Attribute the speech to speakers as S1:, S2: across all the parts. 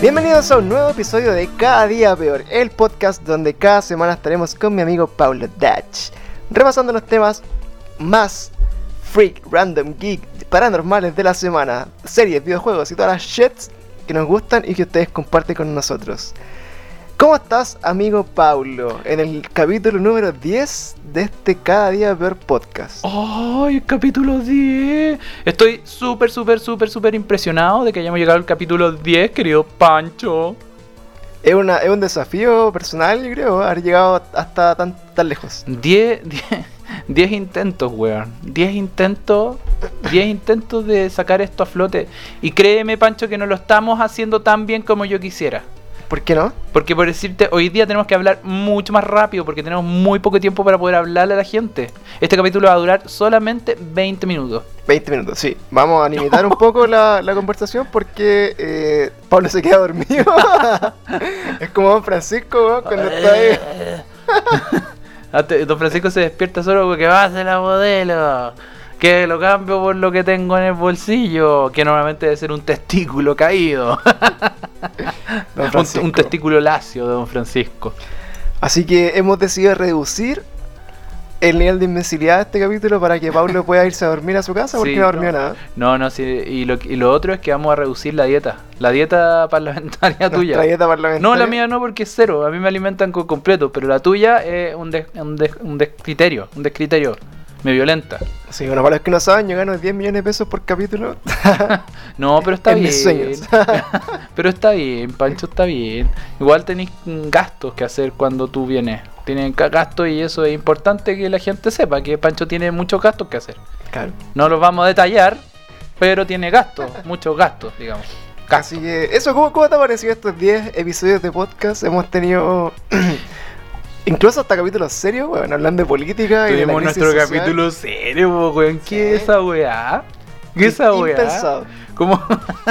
S1: Bienvenidos a un nuevo episodio de Cada Día Peor, el podcast donde cada semana estaremos con mi amigo Pablo Dutch, repasando los temas más freak, random, geek, paranormales de la semana, series, videojuegos y todas las shits que nos gustan y que ustedes comparten con nosotros. ¿Cómo estás, amigo Pablo? En el capítulo número 10 de este Cada Día Peor podcast.
S2: ¡Ay, capítulo 10! Estoy súper, súper, súper, súper impresionado de que hayamos llegado al capítulo 10, querido Pancho.
S1: Es, una, es un desafío personal, yo creo, haber llegado hasta tan, tan lejos.
S2: 10, 10, 10 intentos, weón. 10 intentos, 10 intentos de sacar esto a flote. Y créeme, Pancho, que no lo estamos haciendo tan bien como yo quisiera.
S1: ¿Por qué no?
S2: Porque por decirte, hoy día tenemos que hablar mucho más rápido porque tenemos muy poco tiempo para poder hablarle a la gente. Este capítulo va a durar solamente 20 minutos.
S1: 20 minutos, sí. Vamos a limitar un poco la, la conversación porque eh, Pablo se queda dormido. es como Don Francisco, weón, cuando está
S2: Eh.
S1: ahí.
S2: Don Francisco se despierta solo porque va a hacer la modelo. Que lo cambio por lo que tengo en el bolsillo, que normalmente debe ser un testículo caído.
S1: Don
S2: Un,
S1: Francisco.
S2: un testículo lacio de Don Francisco.
S1: Así que hemos decidido reducir el nivel de inmensidad de este capítulo para que Pablo pueda irse a dormir a su casa porque
S2: Sí,
S1: no durmió
S2: no.
S1: nada.
S2: No, no, sí, y lo, y lo otro es que vamos a reducir la dieta. La dieta parlamentaria tuya.
S1: Nuestra dieta parlamentaria.
S2: No, la mía no, porque es cero. A mí me alimentan con completo, pero la tuya es un, des- un, des- un descriterio. Un descriterio. Me violenta.
S1: Sí, bueno, para los que no saben, yo gano 10 millones de pesos por capítulo.
S2: No, pero está
S1: En
S2: bien.
S1: mis sueños.
S2: pero está bien, Pancho, está bien. Igual tenéis mm, gastos que hacer cuando tú vienes. Tienen ca- gastos y eso es importante que la gente sepa que Pancho tiene muchos gastos que hacer.
S1: claro.
S2: No los vamos a detallar, pero tiene gastos, muchos gastos, digamos.
S1: Así que, eso, ¿cómo, cómo te ha parecido estos 10 episodios de podcast? Hemos tenido. Incluso hasta capítulos serios, bueno, hablando de política y de la
S2: Tuvimos
S1: crisis
S2: nuestro
S1: social.
S2: capítulo serio, po, weón. ¿Qué
S1: Sí.
S2: es esa weá? ¿Qué es esa weá?
S1: Impensado.
S2: ¿Cómo,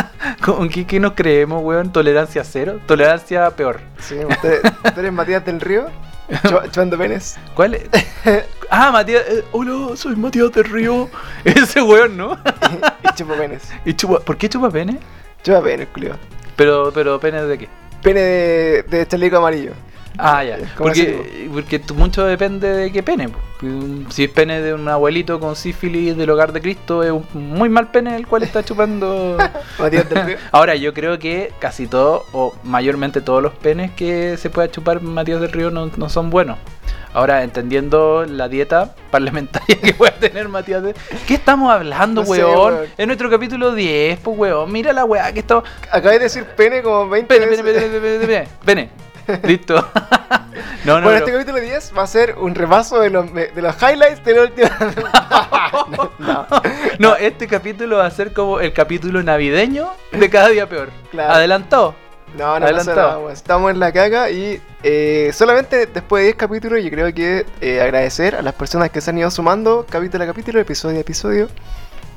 S2: ¿Con qué, qué nos creemos, weón? ¿Tolerancia cero? ¿Tolerancia peor?
S1: Sí, usted, tú eres Matías del Río, Cho- Choando Pérez.
S2: ¿Cuál es? Ah, Matías. eh, hola, soy Matías del Río. Ese weón, ¿no?
S1: y Chupa Penes.
S2: ¿Y chupa, ¿Por qué chupa pene?
S1: Chupa Penes, culiao.
S2: Pero, pero pene de qué?
S1: Pene de, de chaleco amarillo.
S2: Ah, ya.
S1: ¿Cómo
S2: Porque, porque tú- mucho depende de qué pene. po. Mm, Si es pene de un abuelito con sífilis del hogar de Cristo, es un muy mal pene el cual está chupando.
S1: Matías del Río.
S2: Ahora, yo creo que casi todo, o mayormente todos los penes que se pueda chupar Matías del Río no, no son buenos. Ahora, entendiendo la dieta parlamentaria que pueda tener Matías del ¿Qué estamos hablando,
S1: No sé,
S2: weón?
S1: weón.
S2: En nuestro capítulo 10, pues, weón. Mira la weá que estamos.
S1: Acabé de decir pene como 20
S2: Pene,
S1: veces.
S2: pene, pene, pene, pene, pene, pene. Listo. no,
S1: bueno,
S2: no, pero-
S1: este capítulo 10 va a ser un repaso de los, de los highlights de la última. no, no.
S2: No, este capítulo va a ser como el capítulo navideño de cada día peor.
S1: Claro.
S2: Adelantado.
S1: No, no pasa
S2: Adelantado.
S1: nada, weón. Estamos en la caga y eh, solamente después de 10 capítulos yo creo que eh, agradecer a las personas que se han ido sumando capítulo a capítulo, episodio a episodio.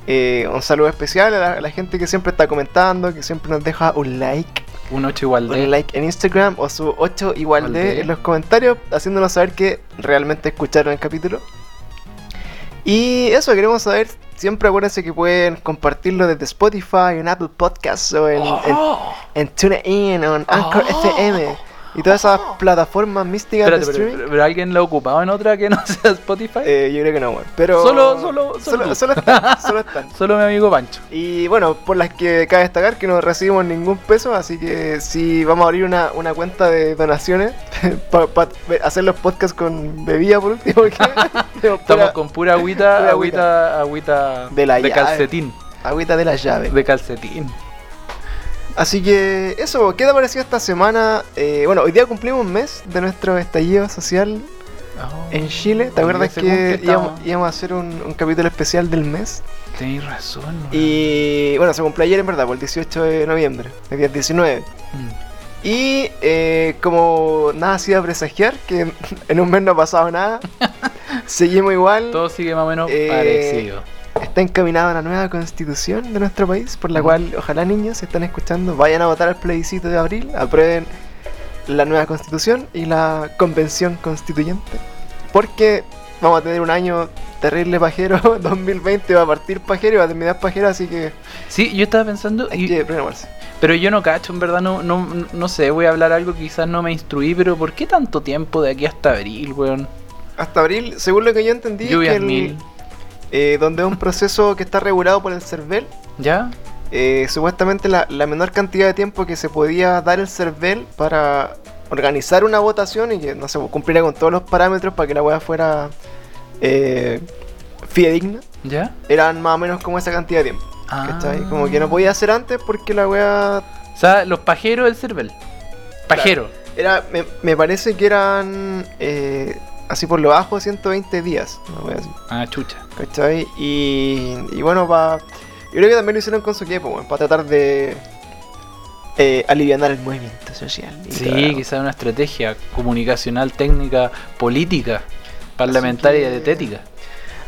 S1: Eh, un saludo especial a la, a la gente que siempre está comentando, que siempre nos deja un like,
S2: Un 8 igual de.
S1: un like en Instagram o su 8 igual
S2: Igual
S1: de
S2: de.
S1: en los comentarios, haciéndonos saber que realmente escucharon el capítulo. Y eso, queremos saber, siempre acuérdense que pueden compartirlo desde Spotify, en Apple Podcasts o en- en
S2: Oh.
S1: en TuneIn, en Anchor
S2: Oh.
S1: FM y todas esas plataformas místicas
S2: Espérate,
S1: de
S2: pero,
S1: streaming.
S2: pero- pero alguien lo ha ocupado en otra que no sea Spotify.
S1: Eh, yo creo que no, weón. Pero.
S2: Solo- solo- solo
S1: solo,
S2: tú.
S1: solo están, solo están.
S2: Solo mi amigo Pancho.
S1: Y bueno, por las que cabe destacar que no recibimos ningún peso, así que si vamos a abrir una, una cuenta de donaciones para hacer los podcasts con bebida por último, porque tenemos
S2: Estamos
S1: pura
S2: con pura agüita,
S1: pura
S2: agüita, agüita
S1: De la llave.
S2: calcetín.
S1: agüita de la llave.
S2: De calcetín.
S1: Así que eso, ¿qué te ha parecido esta semana? Eh, bueno, hoy día cumplimos un mes de nuestro estallido social Oh, En Chile, ¿te
S2: Oye,
S1: acuerdas
S2: según
S1: que
S2: que
S1: íbamos,
S2: estamos-
S1: íbamos a hacer un, un capítulo especial del mes?
S2: Tenéis razón. weón.
S1: Y bueno, se cumplió ayer en verdad, por el 18 de noviembre, el día 19.
S2: Mm.
S1: Y eh, como nada hacía presagiar, que en un mes no ha pasado nada, seguimos igual.
S2: Todo sigue más o menos
S1: Eh,
S2: parecido.
S1: Está encaminada la nueva constitución de nuestro país, por la
S2: Ujú.
S1: cual ojalá niños, si están escuchando, vayan a votar al plebiscito de abril, aprueben la nueva constitución y la convención constituyente. Porque vamos a tener un año terrible pajero, 2020 va a partir pajero y va a terminar pajero, así que
S2: Sí, yo estaba pensando.
S1: hay
S2: Y,
S1: que programarse.
S2: Pero yo no cacho, en verdad, no, no, no sé, voy a hablar algo que quizás no me instruí, pero ¿por qué tanto tiempo de aquí hasta abril, weón?
S1: Hasta abril, según lo que yo entendí, es
S2: Lluvias
S1: que el-
S2: mil.
S1: eh, donde es un proceso que está regulado por el CERVEL,
S2: ¿Ya?
S1: eh, supuestamente la, la menor cantidad de tiempo que se podía dar el CERVEL para organizar una votación y que no se cumpliera con todos los parámetros para que la hueá fuera eh, fidedigna,
S2: ¿Ya?
S1: eran más o menos como esa cantidad de tiempo.
S2: Ah.
S1: ¿cachai? Como que no podía hacer antes porque la hueá
S2: O sea, los pajeros del Cervel. Pajero.
S1: Era, me, me parece que eran eh, así por lo bajo 120 días, una wea así,
S2: Ah, chucha.
S1: ¿cachai? Y, y bueno, pa, yo creo que también lo hicieron con su equipo, para tratar de eh, aliviar el movimiento social. y
S2: Sí,
S1: toda la-
S2: quizás una estrategia comunicacional, técnica, política, parlamentaria
S1: que-
S2: y dietética.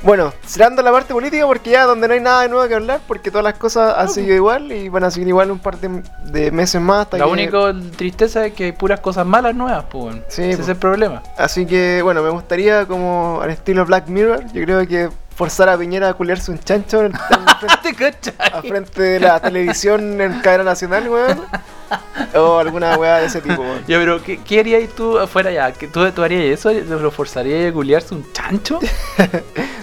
S1: Bueno, cerrando la parte política porque ya donde no hay nada de nuevo que hablar, porque todas las cosas han seguido igual y van a seguir igual un par de, de meses más. Hasta
S2: La
S1: que-
S2: única tristeza es que hay puras cosas malas nuevas, pues. weón.
S1: Sí,
S2: Ese
S1: po.
S2: es el problema.
S1: Así que bueno, me gustaría como al estilo Black Mirror, yo creo que forzar a Piñera a culiarse un chancho en el- en el
S2: Ah, ¿Te cachai?
S1: a frente de la televisión en cadena nacional, weón. O alguna weá de ese tipo, weón.
S2: Ya, pero ¿qué, qué harías tú afuera ya? ¿Qué- ¿Tú, tú harías eso? ¿Lo forzarías a culiarse un chancho?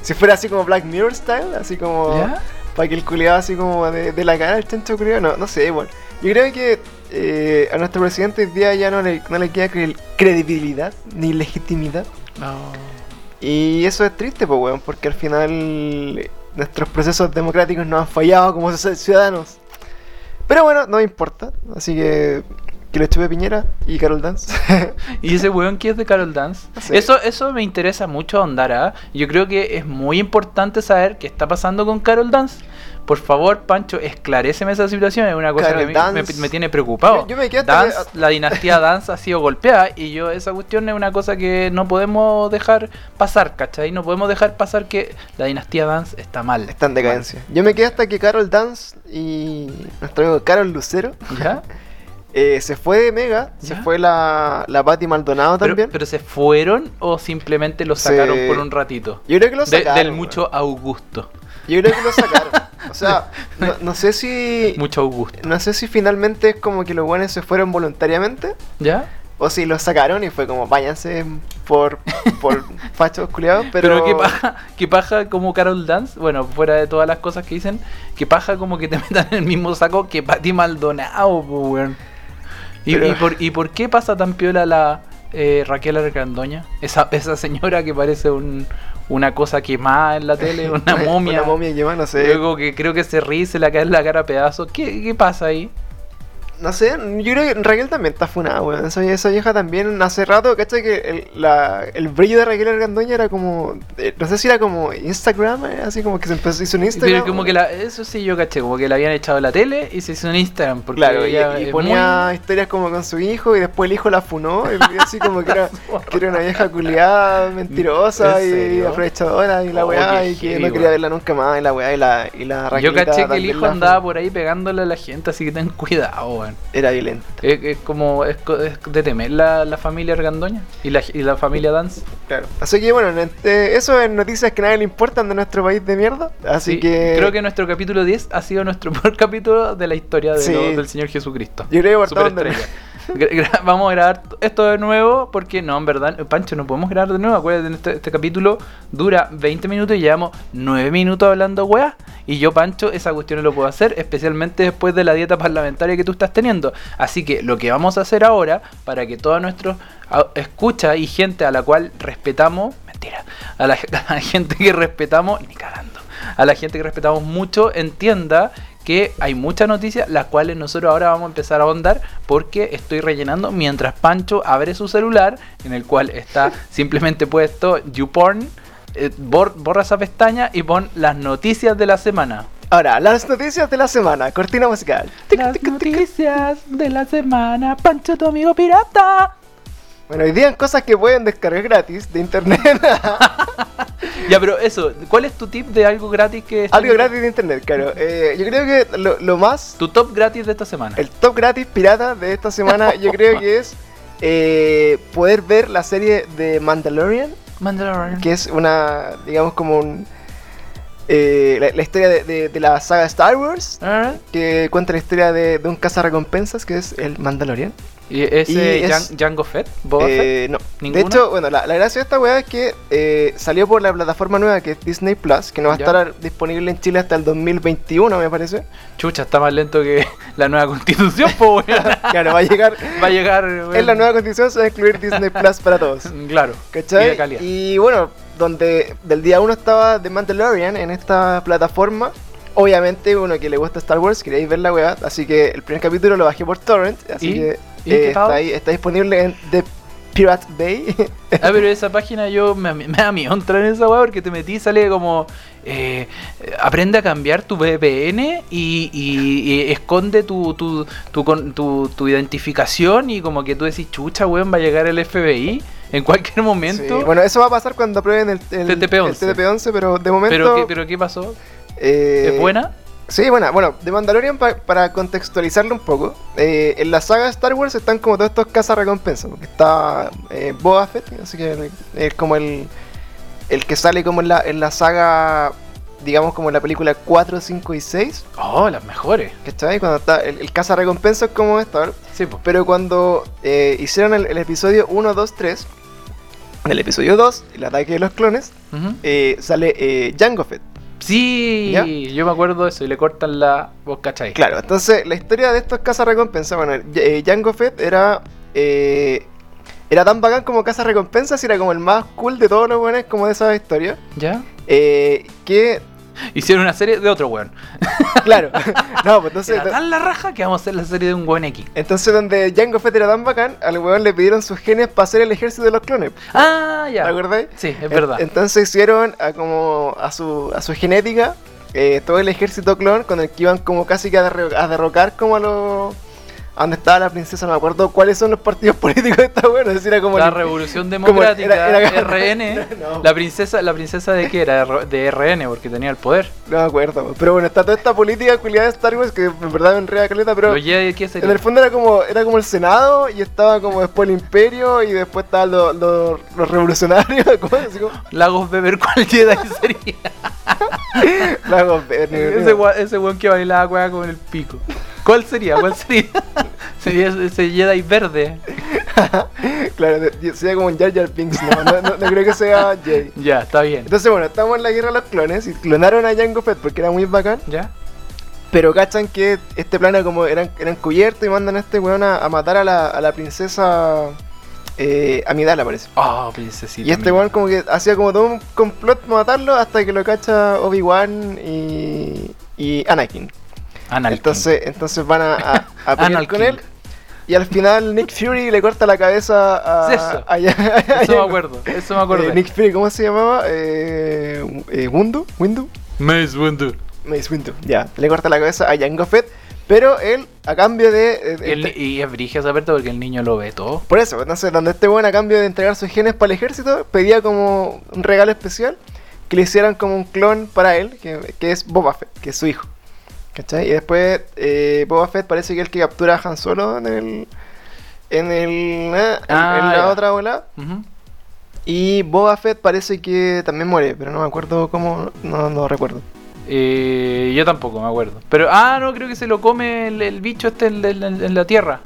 S1: Si fuera así como Black Mirror style, así como.
S2: ¿Ya?
S1: Para que el culiado así como de, de la cara el chancho culiado, no, no sé, weón. Yo creo que eh, a nuestro presidente hoy día ya no le, no le queda cre- credibilidad ni legitimidad.
S2: No.
S1: Y eso es triste, pues, weón, porque al final nuestros procesos democráticos nos han fallado como soci- ciudadanos. Pero bueno, no me importa, así que. Que lo estuve Piñera y Carol Dance.
S2: ¿Y ese weón que es de Carol Dance?
S1: No sé.
S2: Eso, eso me interesa mucho ahondar, ¿ah? Yo creo que es muy importante saber qué está pasando con Carol Dance. Por favor, Pancho, esclareceme esa situación. Es una cosa
S1: Carol
S2: que a mí me,
S1: Dance.
S2: me tiene preocupado.
S1: Yo- yo me quedé hasta
S2: Dance, La dinastía Dance ha sido golpeada y yo esa cuestión es una cosa que no podemos dejar pasar, ¿cachai? No podemos dejar pasar que la dinastía Dance está mal.
S1: Está en decadencia. Yo me quedé hasta que Carol Dance y nuestro amigo Carol Lucero
S2: ¿Ya?
S1: eh, se fue de Mega, se
S2: ¿Ya?
S1: fue la, la Patti Maldonado
S2: Pero,
S1: también.
S2: pero se fueron o simplemente lo
S1: Se-
S2: sacaron por un ratito.
S1: Yo creo que lo
S2: De-
S1: sacaron.
S2: del
S1: weón.
S2: mucho Augusto.
S1: Yo creo que lo sacaron. O sea, no, no sé si.
S2: Mucho Augusto.
S1: No sé si finalmente es como que los buenos se fueron voluntariamente.
S2: ¿Ya?
S1: O si los sacaron y fue como váyanse por, por fachos culiados. Pero,
S2: Pero, que paja, que paja como Carol Dance, bueno, fuera de todas las cosas que dicen, que paja como que te metan en el mismo saco que Pati Maldonado, po, weón. ¿Y,
S1: Pero-
S2: y por, ¿Y por qué pasa tan piola la eh, Raquel Arcandoña? Esa, esa señora que parece un, una cosa quemada en la tele, una momia.
S1: Una momia que más, no sé.
S2: Luego que creo que se ríe, se le cae en la cara a pedazos. ¿Qué, qué pasa ahí?
S1: No sé, yo creo que Raquel también está funada, weón. Esa, esa vieja también hace rato, ¿cachai? Que el, la- el brillo de Raquel Argandoña era como. eh, no sé si era como Instagram, eh, así como que se empezó, hizo un Instagram.
S2: Pero como que la, eso sí yo caché, como que la habían echado a la tele y se hizo un Instagram. Porque
S1: Claro, y,
S2: ella
S1: y
S2: es
S1: ponía historias como con su hijo y después el hijo la funó. y así como que era, que era una vieja culiada, mentirosa
S2: ¿En
S1: y
S2: serio?
S1: aprovechadora y la
S2: Oh,
S1: weá,
S2: qué
S1: y que
S2: heavy,
S1: no quería
S2: weón.
S1: verla nunca más y la weá y la, y la
S2: muy-
S1: Raquel.
S2: Yo caché que el hijo andaba por ahí pegándole a la gente, así que ten cuidado, weón.
S1: Era violenta.
S2: Es, es como, es, co- es de temer la, la familia Argandoña y la, y la familia Dance.
S1: Claro. Así que bueno, en- eh, eso es noticias que a nadie le importan de nuestro país de mierda. Así
S2: Sí,
S1: que.
S2: Creo que nuestro capítulo 10 ha sido nuestro peor capítulo de la historia de
S1: Sí.
S2: lo- del Señor Jesucristo.
S1: Yo creo que partamos de-
S2: Superestrella. Gra- gra- Vamos a grabar t- esto de nuevo porque no, en verdad, eh, Pancho, no podemos grabar de nuevo. Acuérdate, este, este capítulo dura 20 minutos y llevamos 9 minutos hablando weá. Y yo, Pancho, esa cuestión no lo puedo hacer, especialmente después de la dieta parlamentaria que tú estás teniendo. Así que lo que vamos a hacer ahora, para que todos nuestros au- escucha y gente a la cual respetamos, mentira, a la, a la gente que respetamos, ni cagando, a la gente que respetamos mucho entienda que hay muchas noticias, las cuales nosotros ahora vamos a empezar a ahondar porque estoy rellenando mientras Pancho abre su celular, en el cual está simplemente puesto YouPorn, eh, bor- borra esa pestaña y pon las noticias de la semana.
S1: Ahora, las noticias de la semana, cortina musical.
S2: Las noticias de la semana, Pancho, tu amigo pirata.
S1: Bueno, hoy día en cosas que pueden descargar gratis de internet.
S2: Ya, pero eso, ¿cuál es tu tip de algo gratis que...
S1: Algo gratis de internet, claro. Eh, yo creo que lo, lo más,
S2: Tu top gratis de esta semana.
S1: el top gratis pirata de esta semana, yo creo que es eh, poder ver la serie de Mandalorian,
S2: Mandalorian.
S1: que es una, digamos, como un. eh, la, la historia de, de- de la saga Star Wars,
S2: Alright.
S1: que cuenta la historia de, de un cazarrecompensas que es el Mandalorian.
S2: ¿Y ese
S1: Y es-
S2: Jan- Jango Fett? ¿Boba Fett?
S1: Eh, no.
S2: ¿Ninguno?
S1: De hecho, bueno, la, la gracia de esta weá es que eh, salió por la plataforma nueva que es Disney Plus, que no va a
S2: Ya.
S1: estar disponible en Chile hasta el 2021, me parece.
S2: Chucha, está más lento que la nueva constitución, po, weón.
S1: Claro, va a llegar.
S2: Va a llegar, weón.
S1: en la nueva constitución se va a incluir Disney Plus para todos.
S2: Claro. Y de
S1: ¿Cachai?
S2: calidad.
S1: Y, bueno, donde del día uno estaba The Mandalorian en esta plataforma. Obviamente, uno que le gusta Star Wars, queréis ver la weá, así que el primer capítulo lo bajé por Torrent, así
S2: ¿Y?
S1: que
S2: ¿Y
S1: eh,
S2: qué tal?
S1: está, ahí, está disponible en The Pirate Bay.
S2: Ah, pero esa página yo me, me da miedo entrar en esa weá porque te metí y sale como eh, eh, aprende a cambiar tu VPN y, y- y esconde tu, tu, tu, con- tu- tu identificación y como que tú decís, chucha, weón, va a llegar el FBI en cualquier momento.
S1: Sí, bueno, eso va a pasar cuando aprueben el, el
S2: TTP-11.
S1: el TTP-11, pero de momento...
S2: pero, ¿qué, pero ¿qué pasó?
S1: eh,
S2: ¿Es buena?
S1: Sí, buena. Bueno, The Mandalorian, pa- para contextualizarlo un poco, eh, en la saga de Star Wars están como todos estos cazarrecompensas, porque está eh, Boba Fett, así que es como el, el que sale como en la, en la saga, digamos como en la película 4, 5 y 6,
S2: Oh, las mejores.
S1: ¿cachai? Cuando está el, el cazarrecompensas es como esto, ¿verdad?
S2: Sí, pues.
S1: pero cuando eh, hicieron el, el episodio 1, 2, 3, en el episodio 2, el ataque de los clones,
S2: Ujú.
S1: eh, sale eh, Jango Fett.
S2: Sí,
S1: ¿Ya?
S2: yo me acuerdo de eso y le cortan la voz, ¿cachai?
S1: Claro, entonces la historia de estos cazarrecompensas, bueno, eh, Jango Fett era eh, era tan bacán como cazarrecompensas y era como el más cool de todos los buenos como de esas historias.
S2: ¿Ya?
S1: eh, que,
S2: Hicieron una serie de otro weón.
S1: claro, no, pues entonces,
S2: Era tan la raja que vamos a hacer la serie de un weón X.
S1: entonces donde Jango Fett era tan bacán, al weón le pidieron sus genes para hacer el ejército de los clones,
S2: Ah,
S1: ¿te
S2: ya.
S1: acordáis?
S2: Sí, es
S1: En-
S2: verdad.
S1: Entonces hicieron a como a su, a su genética eh, todo el ejército clon con el que iban como casi que a, derro- a derrocar como a los... A donde estaba la princesa, no me acuerdo cuáles son los partidos políticos de esta bueno, es decir, era como...
S2: la
S1: el-
S2: revolución
S1: como el-
S2: democrática,
S1: era- era-
S2: RN.
S1: No,
S2: La princesa, la princesa de qué era de R- de RN porque tenía el poder.
S1: no me acuerdo, pero bueno, está toda esta política culiada de Star Wars que en verdad me enreda caleta, pero...
S2: Los Jedi, ¿qué
S1: En
S2: sería?
S1: el fondo era como era como el Senado y estaba como después el Imperio y después estaban los, los- los revolucionarios, ¿cómo es? Así como,
S2: Lagos Beber, ¿cuál Jedi sería?
S1: Lagos Verdes,
S2: ese, gua- ese weón que bailaba cueva con el pico. ¿Cuál sería? ¿Cuál sería? sería ese- ese Jedi verde.
S1: Claro, de- de- sería como un Jar Jar Binks, no, no, no- no creo que sea Jay.
S2: Ya, está bien.
S1: Entonces, bueno, estamos en la guerra de los clones y clonaron a Jango Fett porque era muy bacán,
S2: ¿Ya?
S1: pero cachan que este plan era como eran, eran cubiertos y mandan a este weón a, a matar a la, a la princesa eh, Amidala, parece.
S2: Oh, princesita.
S1: Y este
S2: mía.
S1: weón como que hacía como todo un complot para matarlo hasta que lo cacha Obi-Wan y, y Anakin.
S2: Anal
S1: Entonces, entonces van a, a, a pelear
S2: Anal
S1: con
S2: King.
S1: él. Y al final Nick Fury le corta la cabeza a...
S2: Eso.
S1: a- a-
S2: King. Eso
S1: a-
S2: me acuerdo, eso me acuerdo.
S1: Eh, Nick Fury, ¿cómo se llamaba? Eh, eh, Windu, Windu,
S2: Mace Windu.
S1: Mace Windu, ya. Le corta la cabeza a Jango Fett, pero él, a cambio de... eh,
S2: Y, el
S1: entre-
S2: ni- y es brija esa parte porque el niño lo ve todo.
S1: Por eso, entonces, donde este bueno, a cambio de entregar sus genes para el ejército, pedía como un regalo especial que le hicieran como un clon para él, que, que es Boba Fett, que es su hijo. ¿Cachai? Y después eh, Boba Fett parece que es el que captura a Han Solo en el... En, el, eh, en-
S2: Ah,
S1: en la
S2: ya.
S1: otra bola.
S2: Ujú.
S1: Y Boba Fett parece que también muere, pero no me acuerdo cómo, no, no recuerdo.
S2: Eh, yo tampoco me acuerdo. Pero, ah, no, creo que se lo come el, el bicho este en, en- en la tierra.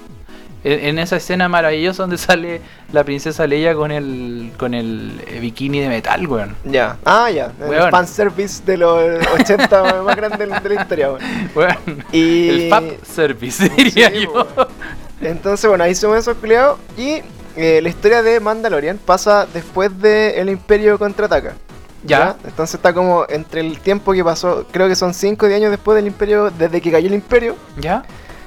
S2: En, en esa escena maravillosa donde sale la princesa Leia con el, con el eh, bikini de metal, weón.
S1: Ya. Ah, ya. El
S2: Weón.
S1: fanservice de los 80 más grande de la historia, weón.
S2: Weón,
S1: Y...
S2: El pap service, diría
S1: Sí,
S2: yo.
S1: weón. Entonces, bueno, ahí se me culiados. Y eh, la historia de Mandalorian pasa después de El Imperio Contraataca.
S2: Ya.
S1: Entonces está como entre el tiempo que pasó, creo que son 5 o 10 años después del Imperio, desde que cayó el Imperio.
S2: ¿Ya?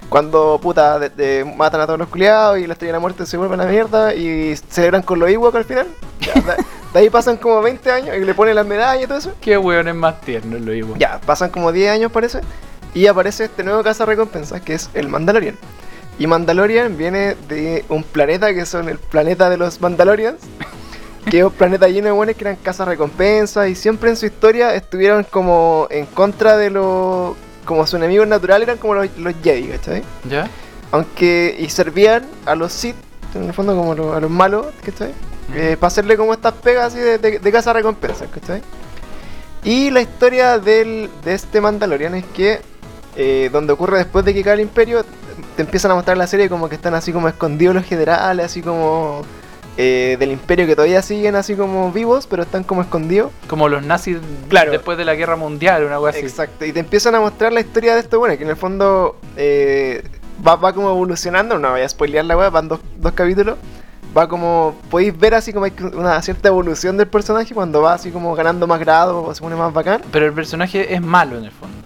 S1: Cuando, puta, de- de- matan a todos los culiados y la estrella de la muerte se vuelve a la mierda y celebran con los Ewok al final. Ya, de, de ahí pasan como 20 años y le ponen las medallas y todo eso.
S2: Qué weón es más tierno, lo digo.
S1: Ya, pasan como 10 años parece. Y aparece este nuevo caza recompensas que es el Mandalorian. Y Mandalorian viene de un planeta que son el planeta de los Mandalorians. Que es un planeta lleno de buenos que eran cazas recompensas. Y siempre en su historia estuvieron como en contra de los. Como sus enemigos naturales eran como los, los Jedi, ¿cachai?
S2: ¿Ya?
S1: Aunque. Y servían a los Sith, en el fondo como lo- a los malos, ¿cachai?
S2: Mm.
S1: Eh, para hacerle como estas pegas así de, de, de recompensas, ¿cachai? Y la historia del, de este Mandalorian es que, eh, donde ocurre después de que cae el imperio, te empiezan a mostrar la serie como que están así como escondidos los generales, así como eh, del imperio que todavía siguen así como vivos, pero están como escondidos.
S2: Como los nazis
S1: Claro.
S2: después de la guerra mundial, una cosa así.
S1: Exacto, y te empiezan a mostrar la historia de esto, bueno, que en el fondo eh, va, va como evolucionando, no voy a spoilear la weá, van dos, dos capítulos, va como, podéis ver así como hay una cierta evolución del personaje cuando va así como ganando más grado, se pone más bacán.
S2: Pero el personaje es malo en el fondo.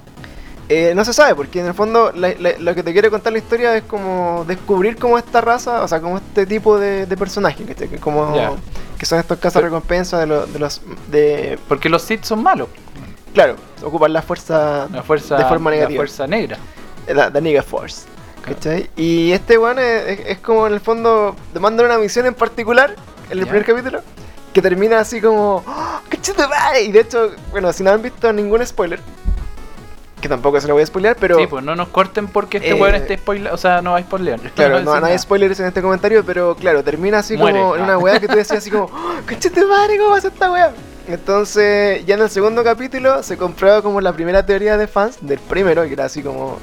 S1: Eh, no se sabe, porque en el fondo la- la- lo que te quiere contar la historia es como descubrir cómo esta raza, o sea, como este tipo de, de personajes, ¿cachai? que como
S2: Ya.
S1: que son estos cazas recompensas de, los- de los... De,
S2: Porque los Sith son malos.
S1: claro, ocupan la fuerza...
S2: La fuerza,
S1: De forma
S2: la
S1: negativa.
S2: fuerza negra.
S1: La, la Nigga Force. ¿Cachai? Y este weón es, es- es como en el fondo, te mandan una misión en particular, en el
S2: Ya.
S1: primer capítulo, que termina así como, ¡Oh, ¡Cachetumare! Y de hecho, bueno, si no han visto ningún spoiler, que tampoco se lo voy a spoilear, pero...
S2: sí, pues no nos corten porque este
S1: Eh,
S2: weón esté spoiler. O sea, no va a spoilear.
S1: Claro, no,
S2: va a decir
S1: no hay
S2: nada.
S1: spoilers en este comentario, pero claro, termina así
S2: Muere,
S1: como en
S2: ah.
S1: una weá que tú decías así como, ¡Oh, madre, ¿cómo pasa esta weá? Entonces, ya en el segundo capítulo se comprueba como la primera teoría de fans del primero, que era así como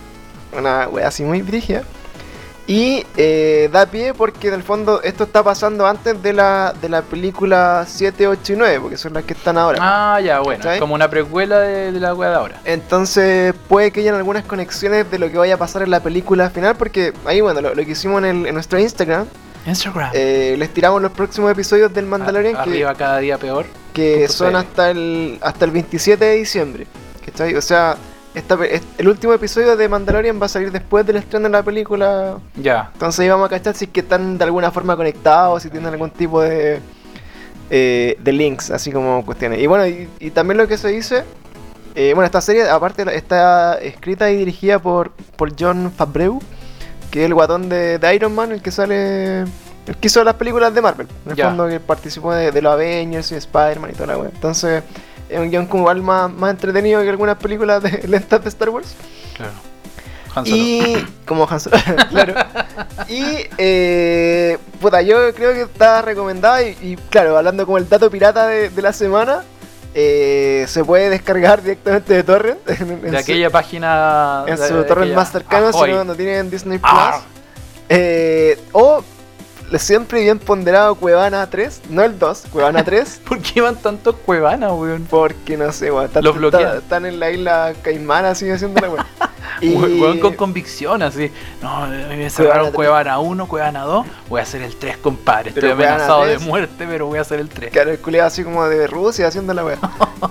S1: una weá así muy brígida. Y eh, da pie porque en el fondo esto está pasando antes de la, de la película 7, 8 y 9, porque son las que están ahora.
S2: Ah, ya, bueno.
S1: ¿Cachai?
S2: Como una precuela de, de la weá de ahora.
S1: Entonces puede que hayan algunas conexiones de lo que vaya a pasar en la película final, porque ahí bueno, lo, lo que hicimos en, el- en nuestro Instagram
S2: Instagram.
S1: Eh, les tiramos los próximos episodios del Mandalorian
S2: A-
S1: que,
S2: Arriba cada día peor.
S1: que
S2: punto
S1: son
S2: CL.
S1: hasta el, hasta el 27 de diciembre. ¿cachai? O sea, esta pe- est- el último episodio de Mandalorian va a salir después del estreno de la película.
S2: Ya.
S1: Entonces ahí vamos a cachar si es que están de alguna forma conectados, si tienen algún tipo de, eh, de links, así como cuestiones. Y bueno, y, y también lo que se dice, eh, bueno, esta serie aparte está escrita y dirigida por, por John Favreau, que es el guatón de, de Iron Man, el que sale... El que hizo las películas de Marvel, en el
S2: Ya.
S1: fondo que participó de, de los Avengers y Spider-Man y toda la wea. Entonces, es un guión como igual más, más entretenido que algunas películas de, lentas de Star Wars.
S2: Claro. Han Solo.
S1: Y. Como Han Solo, claro. Y. Eh, puta, yo creo que está recomendada. Y, y, claro, hablando como el dato pirata de, de la semana, eh, se puede descargar directamente de Torrent. En, en
S2: de
S1: su-
S2: aquella página.
S1: en
S2: de-
S1: su
S2: de
S1: Torrent
S2: aquella-
S1: más cercano, si
S2: Ahoy.
S1: no, cuando tienen Disney Plus.
S2: Ah.
S1: Eh, o. Siempre bien ponderado Cuevana 3, no el 2, Cuevana 3,
S2: ¿Por qué van tantos cuevanas, weón?
S1: porque no sé, weón, están,
S2: Los bloquean.
S1: están- están en la isla Caimán así haciendo la weón.
S2: Hue- Hueón con convicción, así. No, a mí me cerraron
S1: tres.
S2: Cuevana 1, Cuevana 2. Voy a hacer el 3, compadre. Estoy
S1: Pero Cuevana
S2: amenazado de
S1: tres.
S2: muerte, pero voy a hacer el 3.
S1: Claro, el culiao así como de Rusia haciendo la wea.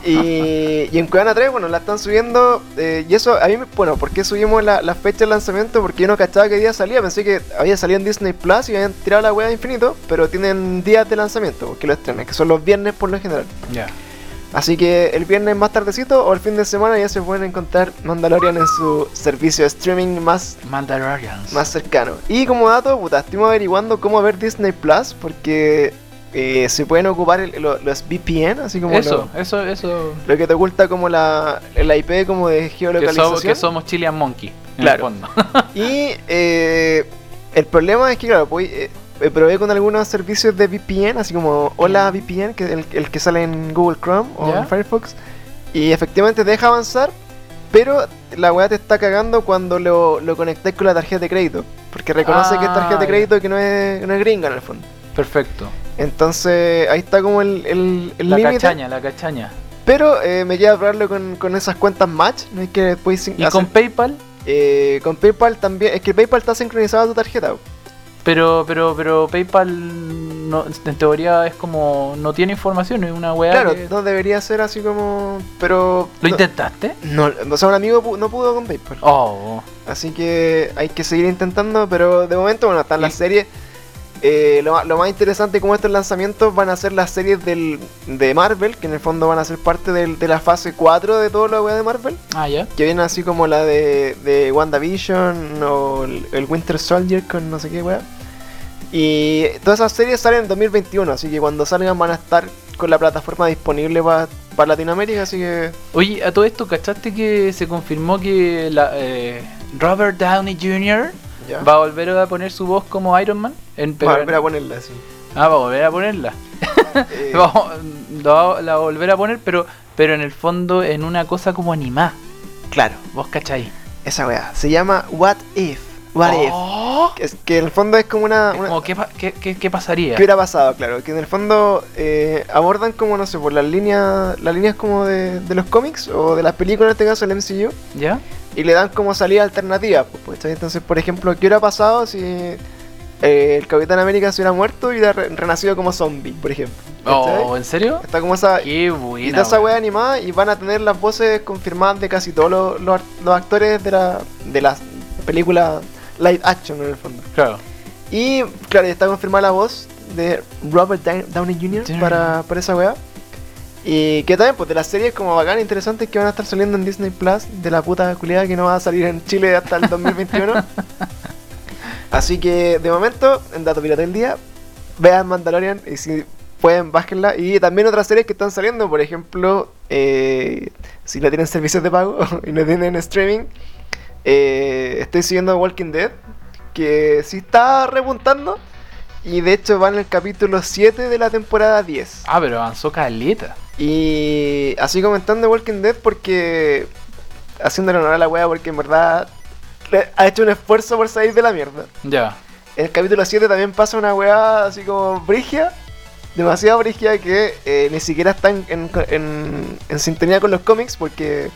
S1: y, y en Cuevana 3, bueno, la están subiendo. eh, y eso, a mí, me, bueno, ¿por qué subimos la, la fecha de lanzamiento? Porque yo no cachaba qué día salía. Pensé que había salido en Disney Plus y habían tirado la wea de infinito. Pero tienen días de lanzamiento, porque lo estrenan, que son los viernes por lo general.
S2: Ya.
S1: Así que el viernes más tardecito o el fin de semana ya se pueden encontrar Mandalorian en su servicio de streaming más
S2: Mandalorians.
S1: más cercano. Y como dato, puta, estuvimos averiguando cómo ver Disney Plus porque eh, se pueden ocupar el- lo- los VPN, así como
S2: eso, eso, eso.
S1: Lo, lo que te oculta como la, la IP como de
S2: Que, so-
S1: geolocalización.
S2: que somos Chilean Monkey. En
S1: Claro.
S2: el fondo.
S1: Y eh, el problema es que, claro, voy, eh, eh, probé con algunos servicios de VPN, así como Hola VPN, que es el, el que sale en Google Chrome o
S2: ¿Ya?
S1: en Firefox, y efectivamente te deja avanzar, pero la weá te está cagando cuando lo, lo conectas con la tarjeta de crédito, porque reconoce que es tarjeta
S2: Ah,
S1: de
S2: ya.
S1: crédito y que no es, no es gringa en el fondo.
S2: Perfecto.
S1: Entonces ahí está como el el- el
S2: La
S1: límite.
S2: cachaña, la cachaña.
S1: pero eh, me queda probarlo con, con esas cuentas match, no hay que después sin-
S2: Y
S1: hacer-
S2: con PayPal,
S1: eh, con PayPal también, es que PayPal está sincronizado a tu tarjeta.
S2: pero, pero, pero PayPal no, en teoría es como. no tiene información, es una weá.
S1: Claro,
S2: que-
S1: no debería ser así como. Pero. no-
S2: ¿Lo intentaste?
S1: No, o sea, un amigo pu- no pudo con PayPal.
S2: Oh.
S1: Así que hay que seguir intentando, pero de momento, bueno, están
S2: Y-
S1: las series. Eh, lo, ma- lo más interesante como estos lanzamientos van a ser las series del, de Marvel, que en el fondo van a ser parte del- de la fase 4 de todo lo weá de Marvel.
S2: Ah, ya.
S1: Que vienen así como la de, de WandaVision o el, el Winter Soldier con no sé qué weá. Y todas esas series salen en 2021, así que cuando salgan van a estar con la plataforma disponible para Latinoamérica, así que...
S2: Oye, a todo esto, ¿cachaste que se confirmó que la, eh, Robert Downey Jr.
S1: Ya.
S2: va a volver a poner su voz como Iron Man? En,
S1: Vamos Ah. a volver a ponerla así.
S2: Ah, va a volver a ponerla.
S1: Eh,
S2: Vamos- la va la va a volver a poner, pero, pero en el fondo en una cosa como animada.
S1: Claro,
S2: ¿Vos cachai?
S1: esa weá. Se llama What If. What
S2: Oh,
S1: If. Es que en el fondo es como una.
S2: es
S1: Ah, una-
S2: como, ¿qué, pa- qué- qué- qué pasaría?
S1: ¿Qué hubiera pasado? Claro, que en el fondo eh, abordan como, no sé, por las líneas, las líneas como de, de los cómics o de las películas, en este caso el MCU,
S2: ¿Ya?
S1: y le dan como salida alternativa. pues, pues, ¿cachai? entonces, por ejemplo, ¿qué hubiera pasado si eh, el Capitán América se hubiera muerto y hubiera re- renacido como zombie, por ejemplo? ¿cachai?
S2: Oh, ¿en serio?
S1: Está como esa... Y
S2: Qué buena.
S1: está esa
S2: weón.
S1: wea animada y van a tener las voces confirmadas de casi todos los, los act- los actores de la, de las películas live action en el fondo.
S2: Claro.
S1: Y claro, ya está confirmada la voz de Robert Down- Downey Jr.
S2: Jr.
S1: Para, para esa weá. Y que también, pues de las series como bacán e interesantes que van a estar saliendo en Disney Plus, de la puta culiada que no va a salir en Chile hasta el 2021. Así que de momento, en Dato Pirata del Día, vean Mandalorian y si pueden, bájenla. Y también otras series que están saliendo, por ejemplo, eh, si no tienen servicios de pago y no tienen streaming, eh, estoy siguiendo Walking Dead, que sí está repuntando. Y de hecho va en el capítulo 7 de la temporada 10.
S2: Ah, pero avanzó caleta.
S1: Y así comentando Walking Dead porque... Haciéndole honor a la wea porque en verdad le- ha hecho un esfuerzo por salir de la mierda.
S2: Ya.
S1: En el capítulo 7 también pasa una weá así como brigia, demasiado brigia que eh, ni siquiera están en, en- en sintonía con los cómics porque... eh,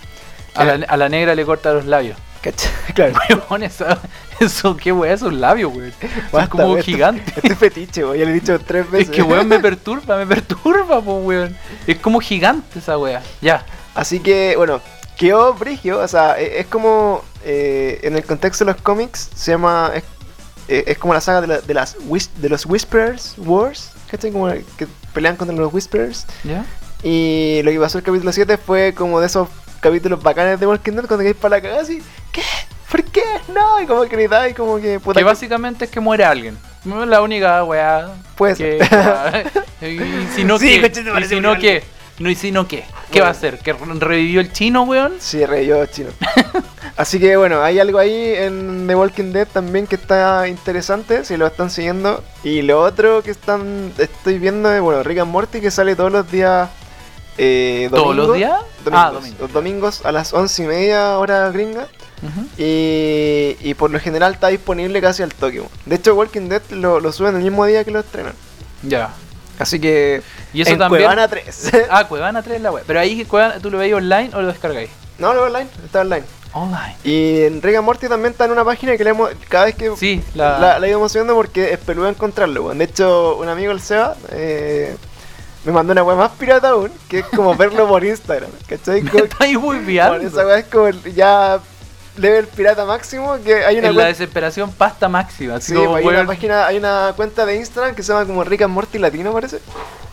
S2: A la, a la negra le corta los labios.
S1: Cacha, claro.
S2: Weón, esa- eso, qué weón, esos labios, weón. Son
S1: Basta,
S2: como
S1: weón. eh.
S2: gigantes.
S1: Este es fetiche, weón, ya lo he dicho tres veces.
S2: Es que weón me perturba, me perturba, po, weón. Es como gigante esa weá. Ya.
S1: Así que, bueno, quedó brigio, o sea, e- es como eh, en el contexto de los cómics, se llama. Es, eh, es como la saga de, la- de las whis- de los Whisperers Wars, ¿cachai? Como que pelean contra los Whisperers.
S2: ¿Ya?
S1: Y lo que pasó en el capítulo 7 fue como de esos capítulos bacanes de Walking Dead cuando quedáis para la cagada así, ¿qué? ¿Por qué? No, y como gritáis, como que puta.
S2: que
S1: que-
S2: básicamente es que muere alguien. No es la única weá.
S1: Pues.
S2: Que, y, y si no,
S1: Sí,
S2: ¿qué?
S1: coche, te
S2: Y
S1: parece
S2: si
S1: muy
S2: no,
S1: mal.
S2: ¿qué? No, y si no, ¿qué? ¿Qué va a hacer? ¿Que re- revivió el chino, weón?
S1: Sí, re yo chino. Así que bueno, hay algo ahí en The Walking Dead también que está interesante, si lo están siguiendo. Y lo otro que están estoy viendo es, bueno, Rick and Morty que sale todos los días. eh,
S2: ¿Todos los
S1: domingo.
S2: días?
S1: Domingos,
S2: Ah, domingo.
S1: Los domingos a las once y media hora gringa.
S2: Ujú.
S1: Y, y por lo general está disponible casi al toque. bueno. De hecho, Walking Dead lo, lo suben el mismo día que lo estrenan.
S2: Ya.
S1: Así que...
S2: Y eso
S1: en
S2: también.
S1: Cuevana 3.
S2: Ah, Cuevana 3 la wea. Pero ahí Cuevana, ¿tú lo veis online o lo descargáis?
S1: no, lo veo online. Está online.
S2: Online.
S1: Y en Rick and Morty también está en una página que le hemos, cada vez que
S2: Sí, la.
S1: la, la he ido mostrando porque es peludo encontrarlo. weón. De hecho, un amigo, el Seba, eh, me mandó una weá más pirata aún, que es como verlo por Instagram. ¿Cachai?
S2: Me
S1: Como-
S2: estáis
S1: bueno,
S2: hueveando.
S1: esa weá es como el- ya level pirata máximo, que hay una
S2: En la
S1: cuenta...
S2: desesperación pasta máxima. Así
S1: Sí,
S2: como,
S1: pues, hay una
S2: weón,
S1: página, hay una cuenta de Instagram que se llama como Rick and Morty Latino, parece,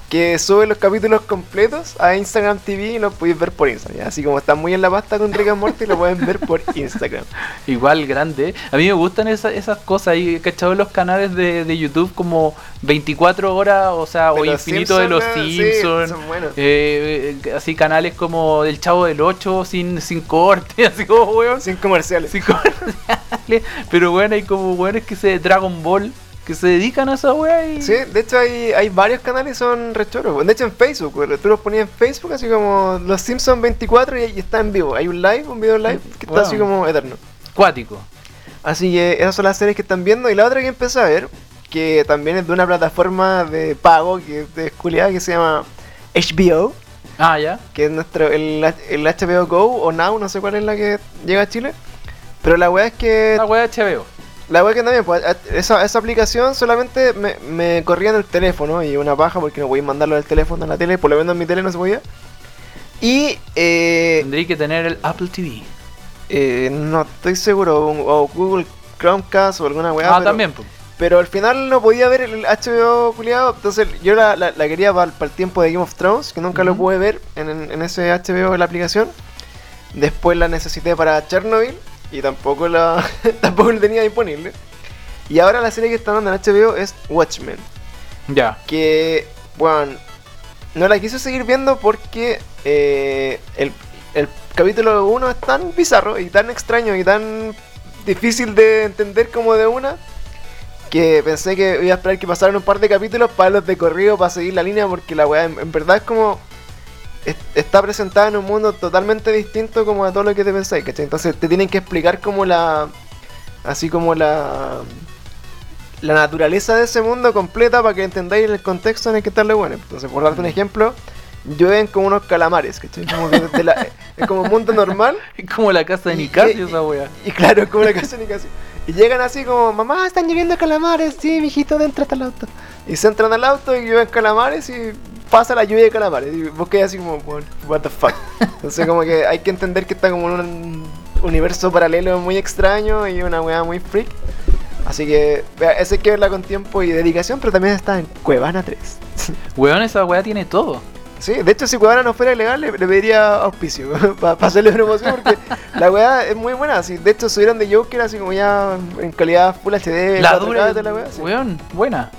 S1: que sube los capítulos completos a Instagram TV y los podéis ver por Instagram. ya. Así como están muy en la pasta con Rick and Morty, lo pueden ver por Instagram.
S2: Igual grande. A mí me gustan esa- esas cosas. Y cachado los canales de, de YouTube como 24 horas, o sea, o
S1: De los
S2: Ah, infinito de los
S1: Simpsons, ¿no? Sí,
S2: Simpsons.
S1: son buenos.
S2: eh, eh, así canales como del Chavo del 8 sin, sin corte, así como weón.
S1: Sin comerciales.
S2: sin corte. Pero bueno, hay como weones que se Dragon Ball que se dedican a esa wea y.
S1: Sí, de hecho hay, hay varios canales que son rechoros. De hecho en Facebook, güey, tú los ponías en Facebook así como Los Simpsons 24 y, y está en vivo. Hay un live, un video live que está
S2: Wow.
S1: así como eterno.
S2: Cuático.
S1: Así que esas son las series que están viendo. Y la otra que empecé a ver, que también es de una plataforma de pago que de culiada que se llama HBO,
S2: Ah, ya.
S1: que es nuestro el, H- el HBO Go o Now, no sé cuál es la que llega a Chile. Pero la weá es que
S2: La wea de
S1: eh,
S2: HBO.
S1: la wea que también, pues, a- esa, esa aplicación solamente me, me corría en el teléfono y una paja porque no podía mandarlo del teléfono a la tele, por lo menos en mi tele no se podía. Y eh,
S2: Tendría que tener el Apple TV.
S1: eh, no estoy seguro, o, o Google Chromecast o alguna weá.
S2: ah,
S1: pero,
S2: también. pues.
S1: Pero al final no podía ver el HBO culiado, entonces yo la, la- la quería para el tiempo de Game of Thrones, que nunca lo
S2: Ujú.
S1: pude ver en, en- en ese HBO de la aplicación. Después la necesité para Chernobyl y tampoco la tampoco lo tenía disponible. Y ahora la serie que está dando en HBO es Watchmen,
S2: Ya.
S1: que, bueno, no la quise seguir viendo porque eh, el, el capítulo 1 es tan bizarro y tan extraño y tan difícil de entender como de una que pensé que iba a esperar que pasaran un par de capítulos para los de corrido para seguir la línea porque la weá en, en verdad es como es- está presentada en un mundo totalmente distinto como a todo lo que te pensáis, ¿cachai? Entonces te tienen que explicar como la... Así como la... La naturaleza de ese mundo completa para que entendáis el contexto en el que está lo bueno. Entonces, por darte un
S2: Mm.
S1: ejemplo, llueven como unos calamares, ¿cachai? Como que de la- es como un mundo normal
S2: Es como la casa de
S1: Y- eh,
S2: Nicasio
S1: y-
S2: esa wea.
S1: y claro, como la casa ni casi. Y llegan así como, mamá, están lloviendo calamares, sí, mijito, entra al auto. Y se entran al auto y llueven calamares y pasa la lluvia de calamares. Y vos quedas así como, "Bueno, what the fuck. Entonces como que hay que entender que está como en un universo paralelo muy extraño y una weá muy freak. Así que vea, esa hay que verla con tiempo y dedicación, pero también está en Cuevana 3.
S2: Weón, esa wea tiene todo.
S1: Sí, de hecho si Cuevana no fuera ilegal le, le pediría auspicio para hacerle promoción porque la weá es muy buena. así, de hecho subieron de Joker así como ya en calidad Full HD, 4K,
S2: La dura.
S1: toda eh, la weá, sí.
S2: Weón, buena.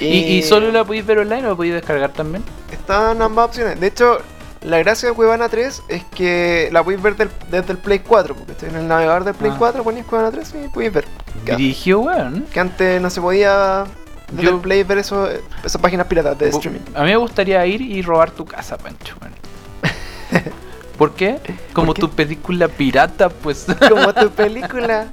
S2: ¿Y, y solo la podéis ver online o la podéis descargar también?
S1: Están ambas opciones. De hecho, la gracia de Cuevana 3 es que la podéis ver del- desde el Play 4, porque estoy en el navegador del Play
S2: Ah.
S1: 4, ponéis Cuevana 3 y podéis ver. Ya.
S2: Dirigió, weón.
S1: Que antes no se podía desde
S2: Yo-
S1: el Play ver eso- esas páginas piratas de
S2: Bu-
S1: streaming.
S2: A mí me gustaría ir y robar tu casa, Pancho, weón. ¿Por qué? Como
S1: qué?
S2: tu película pirata, pues.
S1: como tu película.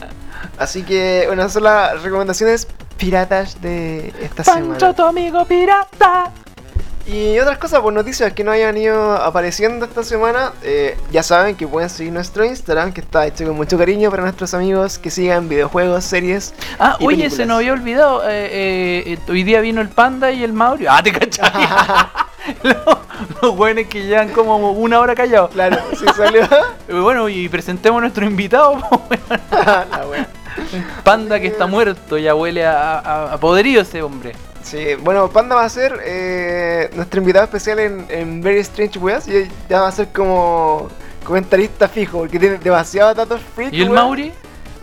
S1: Así que, bueno, esas son las recomendaciones piratas de esta
S2: Pancho,
S1: semana.
S2: tu amigo pirata.
S1: Y otras cosas, pues noticias que no hayan ido apareciendo esta semana. eh, ya saben que pueden seguir nuestro Instagram, que está hecho con mucho cariño para nuestros amigos que sigan videojuegos, series.
S2: Ah,
S1: Y
S2: oye,
S1: películas.
S2: se nos había olvidado. eh, eh, eh, hoy día vino el panda y el Mauro. Ah, te cachai. los, los weones que llevan como una hora callados.
S1: claro, sí salió.
S2: Eh, Bueno, y presentemos a nuestro invitado, po, weón.
S1: La wea.
S2: panda que está muerto, ya huele a, a- a podrido ese hombre.
S1: Sí, bueno, Panda va a ser eh, nuestro invitado especial en, en Very Strange Weas. Y ya va a ser como comentarista fijo, porque tiene demasiados datos freak.
S2: ¿Y el
S1: weón.
S2: Mauri?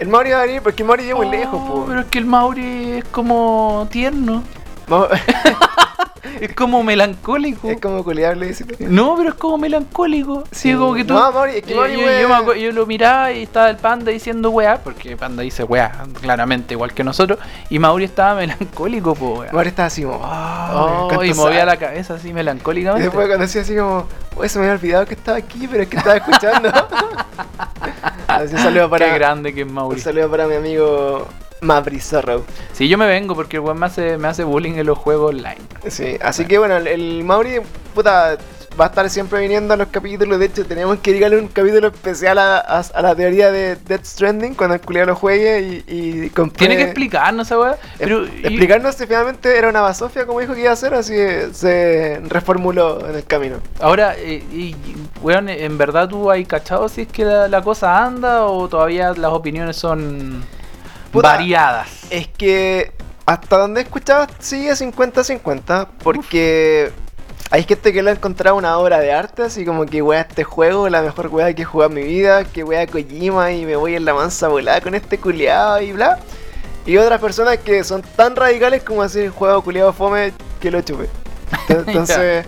S1: El Mauri va a venir porque el Mauri llega muy
S2: Oh,
S1: lejos, po.
S2: Pero es que el Mauri es como tierno,
S1: Vamos-
S2: es como melancólico.
S1: es como culiable, dice.
S2: No, pero es como melancólico. Sí,
S1: Sí.
S2: como que tú.
S1: No, Mauri, es que
S2: yo,
S1: Mauri,
S2: yo-
S1: wea-
S2: yo me acu- yo lo miraba y estaba el panda diciendo weá, porque panda dice weá, claramente, igual que nosotros. Y Mauri estaba melancólico, po, weá.
S1: Mauri estaba así como,
S2: Oh,
S1: ah,
S2: y movía la cabeza así
S1: Y
S2: melancólicamente.
S1: después cuando hacía así como, "Uy, se me había olvidado que estaba aquí, pero es que estaba escuchando. así un saludo
S2: Qué
S1: para,
S2: grande que es
S1: un
S2: Mauri.
S1: saludo para mi amigo Mavri Zorro.
S2: Sí, yo me vengo porque el weón me hace, me hace bullying en los juegos online.
S1: Sí, así que bueno, el, el Mauri, puta, va a estar siempre viniendo a los capítulos. De hecho, tenemos que dedicarle un capítulo especial a, a- a la teoría de Death Stranding cuando el culiado lo juegue y, y compre-
S2: Tiene que explicarnos esa weá.
S1: Ex-
S2: Pero, y-
S1: Explicarnos si finalmente era una basofia como dijo que iba a ser, así que se reformuló en el camino.
S2: Ahora, eh, y, weón, ¿en verdad tú hay cachado si es que la, la cosa anda o todavía las opiniones son
S1: Puta. eh,
S2: variadas?
S1: Es que hasta donde he escuchado sigue 50-50, porque hay gente que lo ha encontrado una obra de arte, así como que wea este juego, la mejor wea que he jugado en mi vida, que wea Kojima y me voy en la mansa volada con este culeado y bla. Y otras personas que son tan radicales como decir juego culeado fome que lo chupé. Ent- Entonces,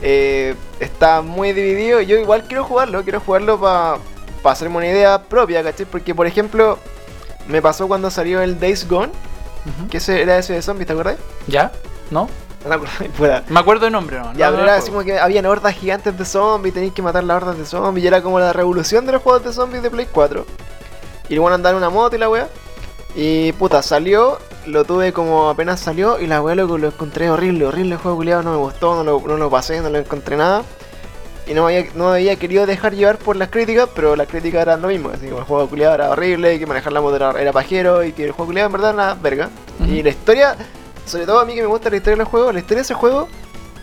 S1: eh, está muy dividido. Yo igual quiero jugarlo, quiero jugarlo para hacerme una idea propia, ¿cachai? Porque, por ejemplo, me pasó cuando salió el Days Gone,
S2: Ujú.
S1: que ese era ese de zombies, ¿te acordás?
S2: ¿Ya? ¿No?
S1: No te acordás, puta.
S2: Me acuerdo de nombre, ¿no?
S1: Ya,
S2: no,
S1: pero
S2: no
S1: era
S2: me
S1: así como
S2: acuerdo.
S1: que habían hordas gigantes de zombies, tenías que matar las hordas de zombies, y era como la revolución de los juegos de zombies de Play 4. Y luego andar en una moto y la weá. Y puta, salió, lo tuve como apenas salió, y la weá lo, lo encontré horrible, horrible el juego culiado, no me gustó, no lo, no lo pasé, no lo encontré nada. Y no me, había, no me había querido dejar llevar por las críticas, pero las críticas eran lo mismo. Así que el juego culiado era horrible, y que manejar la moto era, era pajero, y que el juego culiado en verdad era una verga. Y
S2: Ujú.
S1: la historia, sobre todo a mí que me gusta la historia de los juegos, la historia de ese juego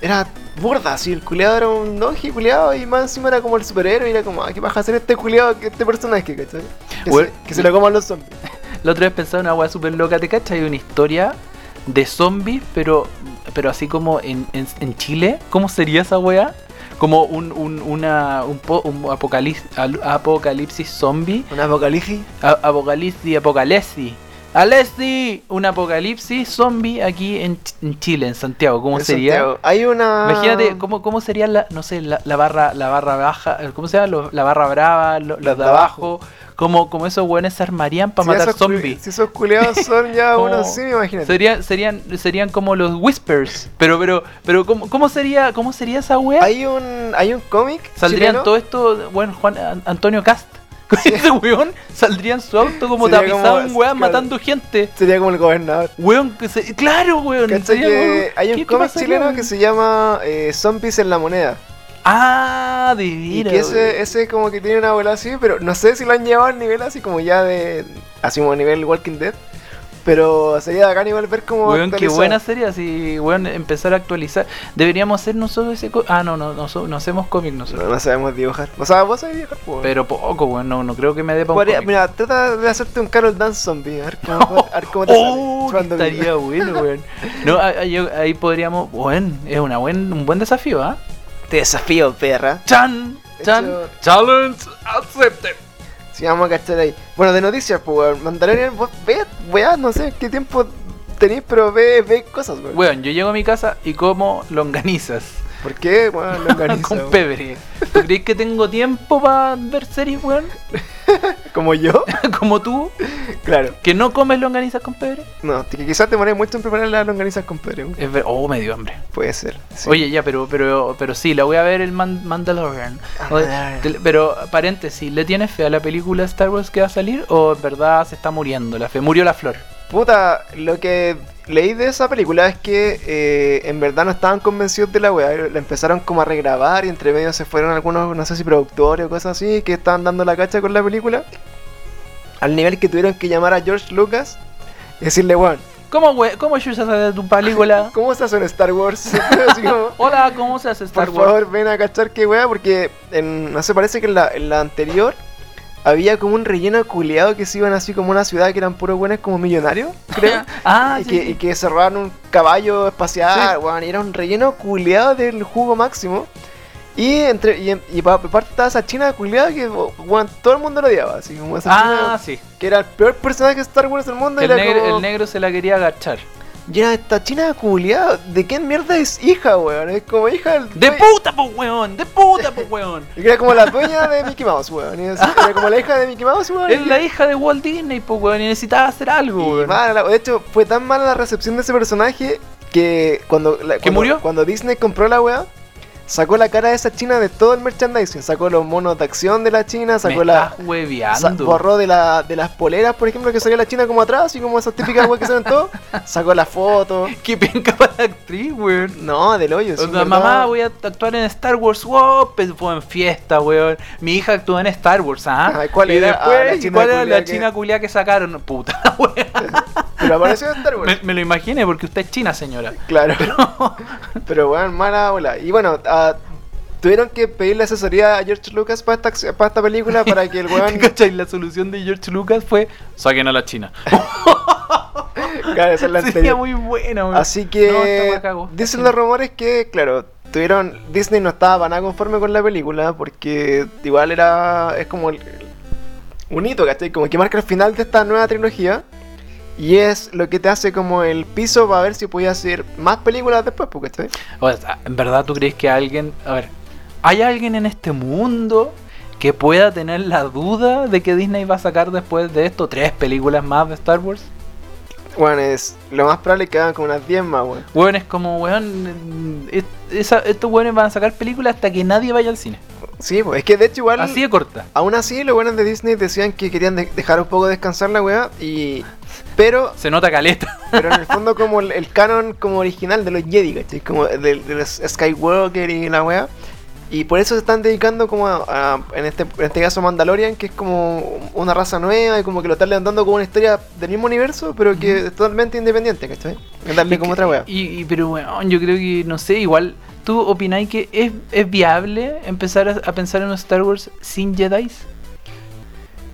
S1: era burda, así el culiado era un donji culiado y más encima era como el superhéroe y era como, ah, ¿qué vas a hacer este culiado, este personaje, cachai? Que,
S2: Bueno,
S1: se, que se lo coman los zombies.
S2: La otra vez pensaba en una weá súper loca, ¿te cachas? Hay una historia de zombies, pero, pero así como en, en, en Chile. ¿Cómo sería esa weá? Como un, un, una, un, po- un apocalips- al- apocalipsis zombie.
S1: Un apocalipsis.
S2: A- Apocalipsis, apocalipsis. Alessi, un apocalipsis zombie aquí en, Ch- en Chile, en Santiago. ¿Cómo
S1: en
S2: sería?
S1: Santiago. Hay una...
S2: Imagínate cómo, cómo sería la, no sé, la, la barra, la barra baja, eh, ¿cómo se llama? Los- la barra brava, lo- los,
S1: Los
S2: de
S1: de
S2: abajo, Como, como esos weones se armarían para
S1: Si
S2: matar
S1: esos culi-
S2: zombies.
S1: Si esos culeados son ya
S2: Como-
S1: unos simios, imagínate.
S2: Sería- serían, serían como los Whispers. Pero, pero, pero, ¿cómo, cómo sería, cómo sería esa wea?
S1: Hay un, hay un cómic.
S2: Saldrían
S1: chileno,
S2: todo esto, bueno, Juan An- Antonio Cast. Con ese weón saldría en su auto como
S1: Sería
S2: tapizado
S1: como-
S2: en weá
S1: claro.
S2: matando gente.
S1: Sería como el gobernador.
S2: Weón, que se- claro, weón.
S1: ¿Cachai
S2: sería
S1: que
S2: como-
S1: hay un
S2: ¿qué- qué
S1: cómic
S2: pasaría,
S1: chileno
S2: weón?
S1: que se llama eh, Zombies en la moneda.
S2: Ah, de
S1: Y
S2: veras,
S1: que
S2: weón.
S1: ese, ese como que tiene una bola así, pero no sé si lo han llevado al nivel así como ya de. Así como nivel Walking Dead. Pero sería bacán igual ver cómo.
S2: Weón, qué
S1: actualizado.
S2: buena sería si, weón, empezar a actualizar. Deberíamos hacer nosotros ese cómic. Ah, no, no, no, so- no hacemos cómic
S1: No,
S2: nosotros.
S1: no sabemos dibujar. O sea, vos sabés dibujar, pues.
S2: Pero poco, weón, no, no creo que me dé para un
S1: Podría-
S2: cómic.
S1: mira, trata de hacerte un Carol Dance Zombie. A ver cómo, a ver cómo te
S2: Oh,
S1: sale.
S2: que estaría bueno, weón. No, a- a- yo- ahí podríamos. Weón, es una buen, un buen desafío, ¿ah?
S1: Te desafío, perra.
S2: Chan,
S1: De
S2: chan,
S1: hecho-
S2: challenge accepted.
S1: Si vamos a cachar ahí. Bueno, de noticias, pues, weón. Mandalorian, vos ve, weá, no sé qué tiempo tenéis, pero ve, ve cosas, weón.
S2: Weón, yo llego a mi casa y como longanizas.
S1: ¿Por qué, weón? Lo organiza,
S2: con
S1: weón.
S2: pebre. ¿Tú crees que tengo tiempo para ver series, weón?
S1: ¿Como yo?
S2: Como tú,
S1: Claro.
S2: que no comes longanizas con pebre.
S1: No, t- que quizás te moré mucho en preparar las longanizas con Pedro. weón.
S2: Es ver- Oh, me dio hambre.
S1: Puede ser. sí.
S2: Oye, ya, pero, pero, pero sí, la voy a ver el Man- Mandalorian.
S1: Ah,
S2: Oye,
S1: Mandalorian.
S2: te- pero, paréntesis, ¿le tienes fe a la película Star Wars que va a salir o en verdad se está muriendo la fe? Murió la flor.
S1: Puta, lo que leí de esa película es que eh, en verdad no estaban convencidos de la weá. La empezaron como a regrabar y entre medio se fueron algunos, no sé si productores o cosas así, que estaban dando la cacha con la película. Al nivel que tuvieron que llamar a George Lucas y decirle, weón,
S2: ¿Cómo, we- cómo yo de tu película?
S1: ¿cómo estás en Star Wars? Así como,
S2: Hola, ¿cómo se hace Star
S1: Por
S2: Wars?
S1: favor, ven a cachar qué weá, porque en- no se parece que en la, en la anterior había como un relleno culeado que se iban así como a una ciudad que eran puros buenos como millonarios, creo.
S2: Ah,
S1: ¿eh? y,
S2: sí,
S1: que,
S2: sí.
S1: y que se robaban un caballo espacial,
S2: Sí.
S1: weón, y era un relleno culeado del jugo máximo. Y entre y, y pa- aparte estaba esa china culeada que oh, weón, todo el mundo lo odiaba, así como esa
S2: Ah,
S1: china
S2: sí.
S1: que era el peor personaje de Star Wars del mundo. y
S2: El
S1: era
S2: negro,
S1: como-
S2: el negro se la quería agachar.
S1: y era esta china culeada, ¿de qué mierda es hija, weón? Es como hija del...
S2: ¡De
S1: due-
S2: puta, po, weón! ¡De puta, po, weón!
S1: Y que Era como la dueña de Mickey Mouse, weón. y es- Era como la hija de Mickey Mouse, weón.
S2: Es
S1: y-
S2: la hija de Walt Disney, po, weón, y necesitaba hacer
S1: y
S2: algo, weón.
S1: mala la- de hecho, fue tan mala la recepción de ese personaje que cuando, la-
S2: ¿Que
S1: cuando-
S2: murió?
S1: cuando Disney compró la weá, sacó la cara de esa china de todo el merchandising. Sacó los monos de acción de la china,
S2: Me
S1: sacó la.
S2: estás
S1: sa-
S2: hueveando.
S1: borró de, la, de las poleras, por ejemplo, que salía la china como atrás, así como esas típicas weas que salen todo. Sacó la foto.
S2: Qué penca para la actriz, weón.
S1: No, del hoyo. sí,
S2: Onda,
S1: en verdad.
S2: mamá, voy a actuar en Star Wars. Wow, pues, fue en fiesta, weón. Mi hija actúa en Star Wars, ¿ah?
S1: Ay, ¿cuál
S2: y
S1: era?
S2: después,
S1: Ah, la
S2: ¿y
S1: china
S2: ¿cuál era
S1: culiá
S2: la
S1: que-
S2: china culia que sacaron? Puta, weón.
S1: Pero apareció en Star Wars.
S2: Me, me lo imaginé porque usted es china, señora.
S1: Claro. Pero bueno, mala bola. Y bueno, ah, tuvieron que pedirle asesoría a George Lucas para esta, acci- para esta película para que el weón.
S2: ¿Cachai? La solución de George Lucas fue: saquen a la china.
S1: claro, esa es la
S2: Sería
S1: anterior.
S2: muy buena, weón.
S1: Así
S2: No, esta
S1: que.
S2: weá cagó.
S1: dicen los rumores que, claro, tuvieron. Disney no estaba para nada conforme con la película porque igual era. Es como. el- el- un hito, ¿cachai? Como que marca el final de esta nueva trilogía. Y es lo que te hace como el piso para ver si podías hacer más películas después, pues, porque estoy.
S2: O sea, ¿en verdad tú crees que alguien... A ver, ¿hay alguien en este mundo que pueda tener la duda de que Disney va a sacar después de esto tres películas más de Star Wars?
S1: Bueno, es lo más probable es que hagan como unas 10 más, weón.
S2: Weón, es como, weón, es- esa- estos weones van a sacar películas hasta que nadie vaya al cine.
S1: Sí, pues es que de hecho igual.
S2: Así de corta.
S1: Aún así, los buenos de Disney decían que querían de- dejar un poco descansar la weá y... Pero,
S2: Se nota caleta.
S1: pero en el fondo como el, el canon como original de los Jedi, ¿cachai? Como de, de los Skywalker y la weá. Y por eso se están dedicando como a, a- en, este, en este caso Mandalorian, que es como una raza nueva y como que lo están levantando como una historia del mismo universo, pero que es totalmente independiente, ¿cachai? Es darle como otra weá.
S2: Y, y- pero, weón, yo creo que, no sé, igual, ¿tú opináis que es, es viable empezar a, a pensar en un Star Wars sin Jedi?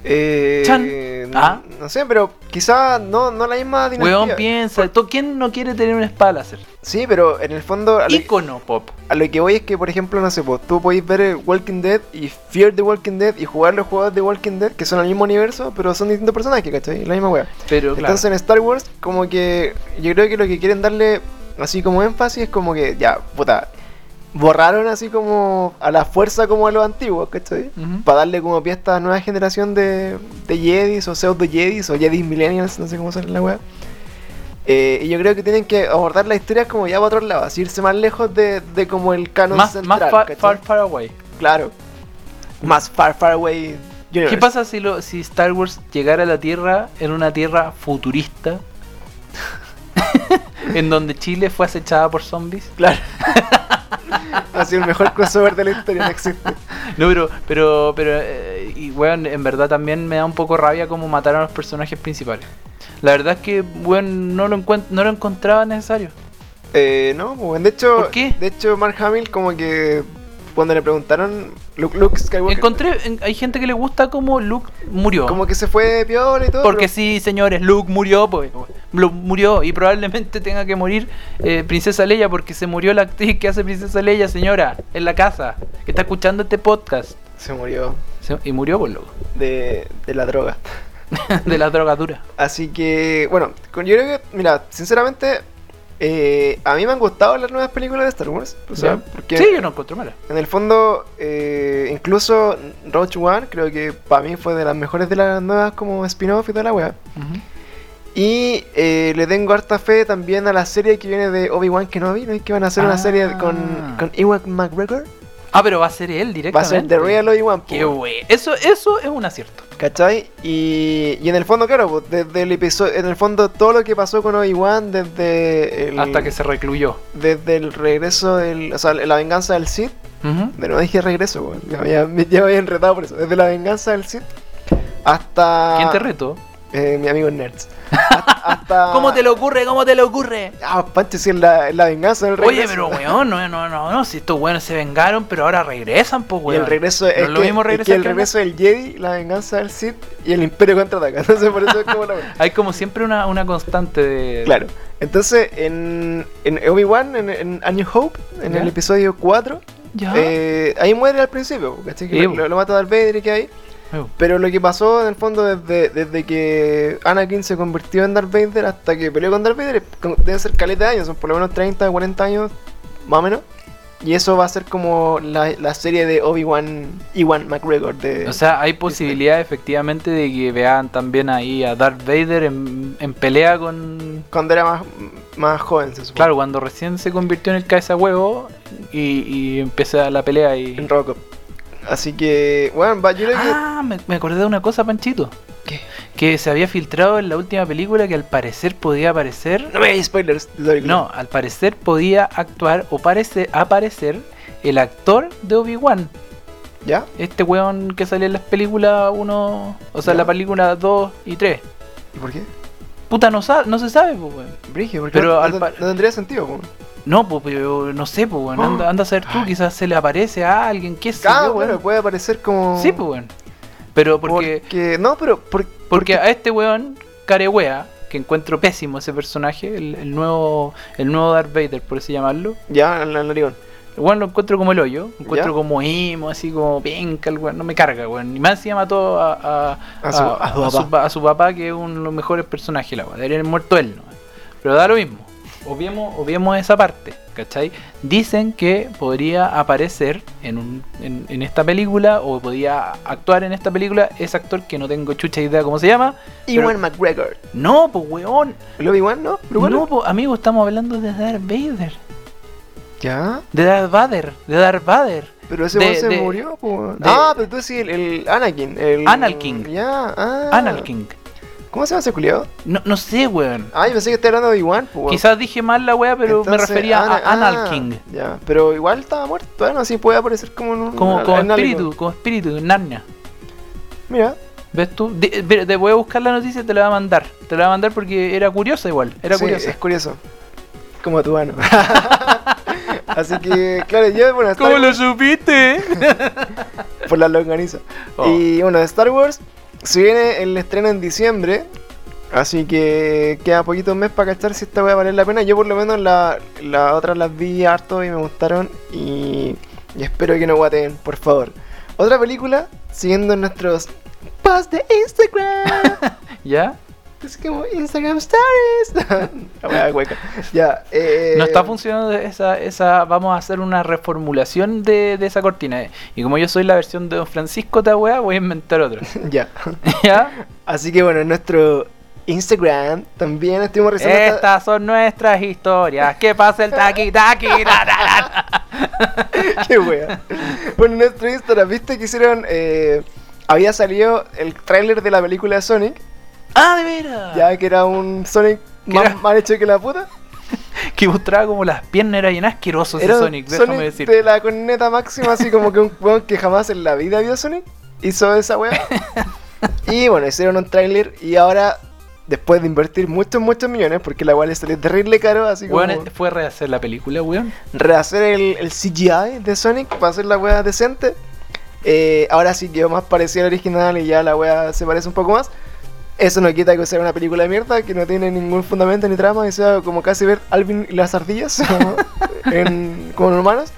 S1: Eh,
S2: Chan.
S1: no,
S2: Ah.
S1: no sé, pero quizá no, no la misma dinastía.
S2: Weón, piensa, ¿tú- ¿quién no quiere tener una espada láser?
S1: Sí, pero en el fondo... a lo-
S2: Icono pop.
S1: A lo que voy es que, por ejemplo, no sé, pues, tú podéis ver el Walking Dead y Fear the Walking Dead y jugar los juegos de Walking Dead que son el mismo universo, pero son distintos personajes, ¿cachai? La misma wea.
S2: Pero, claro.
S1: Entonces en Star Wars, como que yo creo que lo que quieren darle así como énfasis es como que, ya, puta, borraron así como a la fuerza como a los antiguos, ¿cachai?
S2: Ujú.
S1: Para darle como pie a esta nueva generación de, de Jedis o pseudo Jedis o Jedis Millennials, no sé cómo sale la wea. Eh, y yo creo que tienen que abordar la historia como ya para otro lado, así irse más lejos de, de como el canon
S2: Más,
S1: central.
S2: más fa-
S1: ¿cachai?
S2: far, far away.
S1: Claro. Más far, far away. universe.
S2: ¿Qué pasa si, lo, si Star Wars llegara a la Tierra en una Tierra futurista? en donde Chile fue acechada por zombies.
S1: Claro. ha sido el mejor crossover de la historia, no existe.
S2: No, pero, pero, pero eh, y weón, en verdad también me da un poco rabia cómo mataron a los personajes principales. La verdad es que, weón, no lo, encuent- no lo encontraba necesario.
S1: Eh, no, pues, de hecho,
S2: ¿Por qué?
S1: de hecho Mark Hamill como que cuando le preguntaron Luke, Luke Skywalker
S2: Encontré, en- hay gente que le gusta cómo Luke murió.
S1: como que se fue piola y todo.
S2: Porque
S1: pero-
S2: sí, señores, Luke murió, pues, Luke murió y probablemente tenga que morir eh, Princesa Leia porque se murió la actriz que hace Princesa Leia, señora, en la casa, que está escuchando este podcast.
S1: se murió
S2: Se- y murió, por loco,
S1: de, de la droga.
S2: de la drogadura.
S1: Así que, bueno, con- yo creo que, mira, sinceramente, eh, a mí me han gustado las nuevas películas de Star Wars. O sea,
S2: ¿Ya?
S1: porque
S2: Sí, yo no encuentro mala.
S1: en el fondo, eh, incluso Roach One creo que para mí fue de las mejores de las nuevas como spin-off y toda la wea.
S2: Ujú.
S1: Y eh, le tengo harta fe también a la serie que viene de Obi-Wan Kenobi, ¿no? Que van a hacer
S2: Ah.
S1: una serie con, con Ewan McGregor.
S2: Ah, pero va a ser él directamente.
S1: Va a ser The Real Obi-Wan,
S2: Qué
S1: po,
S2: wey. Eso, eso es un acierto.
S1: ¿cachai? Y, y en el fondo, claro, pues, desde el episodio, en el fondo todo lo que pasó con Obi-Wan desde el,
S2: Hasta que se recluyó.
S1: desde el regreso, del, o sea, la venganza del Sith,
S2: Ujú.
S1: de nuevo dije regreso, weón, ya, me- ya me ya me había enredado por eso, desde la venganza del Sith hasta...
S2: ¿Quién te retó?
S1: Eh, mi amigo Nerds. hasta, hasta-
S2: ¿Cómo te le ocurre? ¿Cómo te le ocurre?
S1: Ah, Pancho, sí, en la, en la venganza del regreso.
S2: Oye, pero weón, no, no, no, no, si estos weones se vengaron, pero ahora regresan, pues
S1: Y
S2: weón.
S1: el regreso
S2: No
S1: es,
S2: es lo
S1: que,
S2: mismo
S1: es que
S2: regresar
S1: el
S2: que una-
S1: regreso del Jedi, la venganza del Sith y el Imperio contraataca. Entonces por eso es como la wea.
S2: Hay como siempre una, una constante de...
S1: Claro. Entonces en, en Obi-Wan, en, en A New Hope, en
S2: ¿Ya?
S1: el episodio 4,
S2: Ya.
S1: eh, ahí muere al principio, ¿cachai? Que
S2: Sí,
S1: lo,
S2: bueno.
S1: lo mata Darth Vader y que ahí.
S2: Ew.
S1: Pero lo que pasó en el fondo desde, desde que Anakin se convirtió en Darth Vader hasta que peleó con Darth Vader, con- deben ser caleta de años, son por lo menos 30, 40 años, más o menos. Y eso va a ser como la, la serie de Obi-Wan, Iwan McGregor de...
S2: O sea, hay posibilidad efectivamente de que vean también ahí a Darth Vader en, en pelea con...
S1: Cuando era más, más joven, se supone.
S2: Claro, cuando recién se convirtió en el cazahuevo y, y empezó la pelea
S1: En
S2: y...
S1: Robocop. Así que, bueno, va, yo creo que.
S2: Ah, me, me acordé de una cosa, Panchito.
S1: ¿Qué?
S2: Que se había filtrado en la última película que al parecer podía aparecer...
S1: No me hagáis spoilers. de esa película.
S2: No, al parecer podía actuar o parece aparecer el actor de Obi-Wan.
S1: ¿Ya?
S2: Este weón que sale en las películas 1, o sea,
S1: Ya.
S2: la película 2 y 3.
S1: ¿Y por qué?
S2: Puta, no, sa- no se sabe, pues, weón.
S1: Brigio, porque
S2: Pero
S1: no,
S2: al
S1: no-
S2: par-
S1: no tendría sentido. po.
S2: No, pues, pero no sé, pues, weón. Anda, anda a saber tú,
S1: Ay.
S2: quizás se le aparece a alguien, qué sé
S1: ah,
S2: yo,
S1: bueno,
S2: weón.
S1: puede aparecer como.
S2: Sí, pues, weón. Pero porque,
S1: No, pero. por-
S2: porque, a este weón, Carewea, que encuentro pésimo ese personaje, el, el nuevo el nuevo Darth Vader, por así llamarlo,
S1: Ya, al al narigón.
S2: El weón lo encuentro como el hoyo, lo encuentro
S1: ¿Ya?
S2: como emo, así como penca, el weón, no me carga, weón. Y más encima mató a, a,
S1: A su- a su papá.
S2: pa- a su papá, que es uno de los mejores personajes, la weón. Debería haber muerto él, ¿no? Pero da lo mismo. Obviemos, obviemos esa parte, ¿cachai? Dicen que podría aparecer en, un- en, en esta película o podía actuar en esta película ese actor que no tengo chucha idea cómo se llama. Pero-
S1: Iwan McGregor.
S2: No, pues weón.
S1: ¿El Obi-Wan, no? ¿Pero bueno?
S2: No, pues amigo, estamos hablando de Darth Vader.
S1: Ya.
S2: De Darth Vader. De Darth Vader.
S1: Pero ese
S2: De-
S1: weón se
S2: de-
S1: murió, po.
S2: de-
S1: ah, pero tú decís el, el Anakin. El...
S2: Anakin.
S1: Ya, ah.
S2: Analking.
S1: ¿Cómo se llama ese culiado?
S2: No, no sé, weón.
S1: Ah, yo pensé que estaba hablando de Obi-Wan, po.
S2: Quizás dije mal la weá, pero me
S1: Entonces,
S2: refería
S1: Ana-
S2: a Anal
S1: ah,
S2: King.
S1: Ya, pero igual estaba muerto, bueno, así puede aparecer como en un.
S2: Como, como
S1: en algo.
S2: espíritu, como espíritu, Narnia.
S1: Mira,
S2: ¿Ves tú? De- ve- te voy a buscar la noticia y te la voy a mandar. Te la voy a mandar porque era curiosa igual. Era
S1: sí,
S2: curiosa.
S1: Es curioso. Como tu ano. así que, claro, yo, bueno, Star-
S2: ¿Cómo lo supiste?
S1: por la longaniza.
S2: Oh.
S1: Y bueno, de Star Wars, se viene el estreno en diciembre. Así que queda poquito un mes para cachar si esta va a valer la pena. Yo por lo menos la- las otras las vi harto y me gustaron. Y, y espero que no guaten, por favor. Otra película, siguiendo nuestros posts de Instagram.
S2: ¿Ya?
S1: Es como Instagram Stories. La wea hueca. Ya. eh,
S2: No está funcionando esa, esa. Vamos a hacer una reformulación de, de esa cortina. eh. Y como yo soy la versión de Don Francisco Tahuea, voy a inventar otra.
S1: Ya.
S2: ¿Ya?
S1: Así que bueno, en nuestro Instagram también estuvimos revisando. esta-
S2: Estas son nuestras historias. ¿Qué pasa el taqui taqui? la, la, la?
S1: Qué wea. Bueno, en nuestro Instagram, viste que hicieron. eh, había salido el tráiler de la película de Sonic.
S2: ¡Ah, de veras!
S1: Ya que era un Sonic
S2: Que
S1: más
S2: era-
S1: mal hecho que la puta.
S2: Que mostraba como las piernas, era bien asqueroso ese
S1: Era un
S2: Sonic, déjame
S1: Sonic
S2: decir.
S1: de la corneta máxima, así como que un weón que jamás en la vida vio Sonic hizo esa wea. y bueno, hicieron un tráiler y ahora, después de invertir muchos, muchos millones, porque la wea le salió terrible caro, así como
S2: Weón, eh, fue a rehacer la película, weón.
S1: rehacer el, el CGI de Sonic para hacer la wea decente. Eh, ahora sí quedó más parecida al original y ya la wea se parece un poco más. Eso no quita que sea una película de mierda que no tiene ningún fundamento ni trama y sea como casi ver Alvin y las ardillas como, en- como humanos.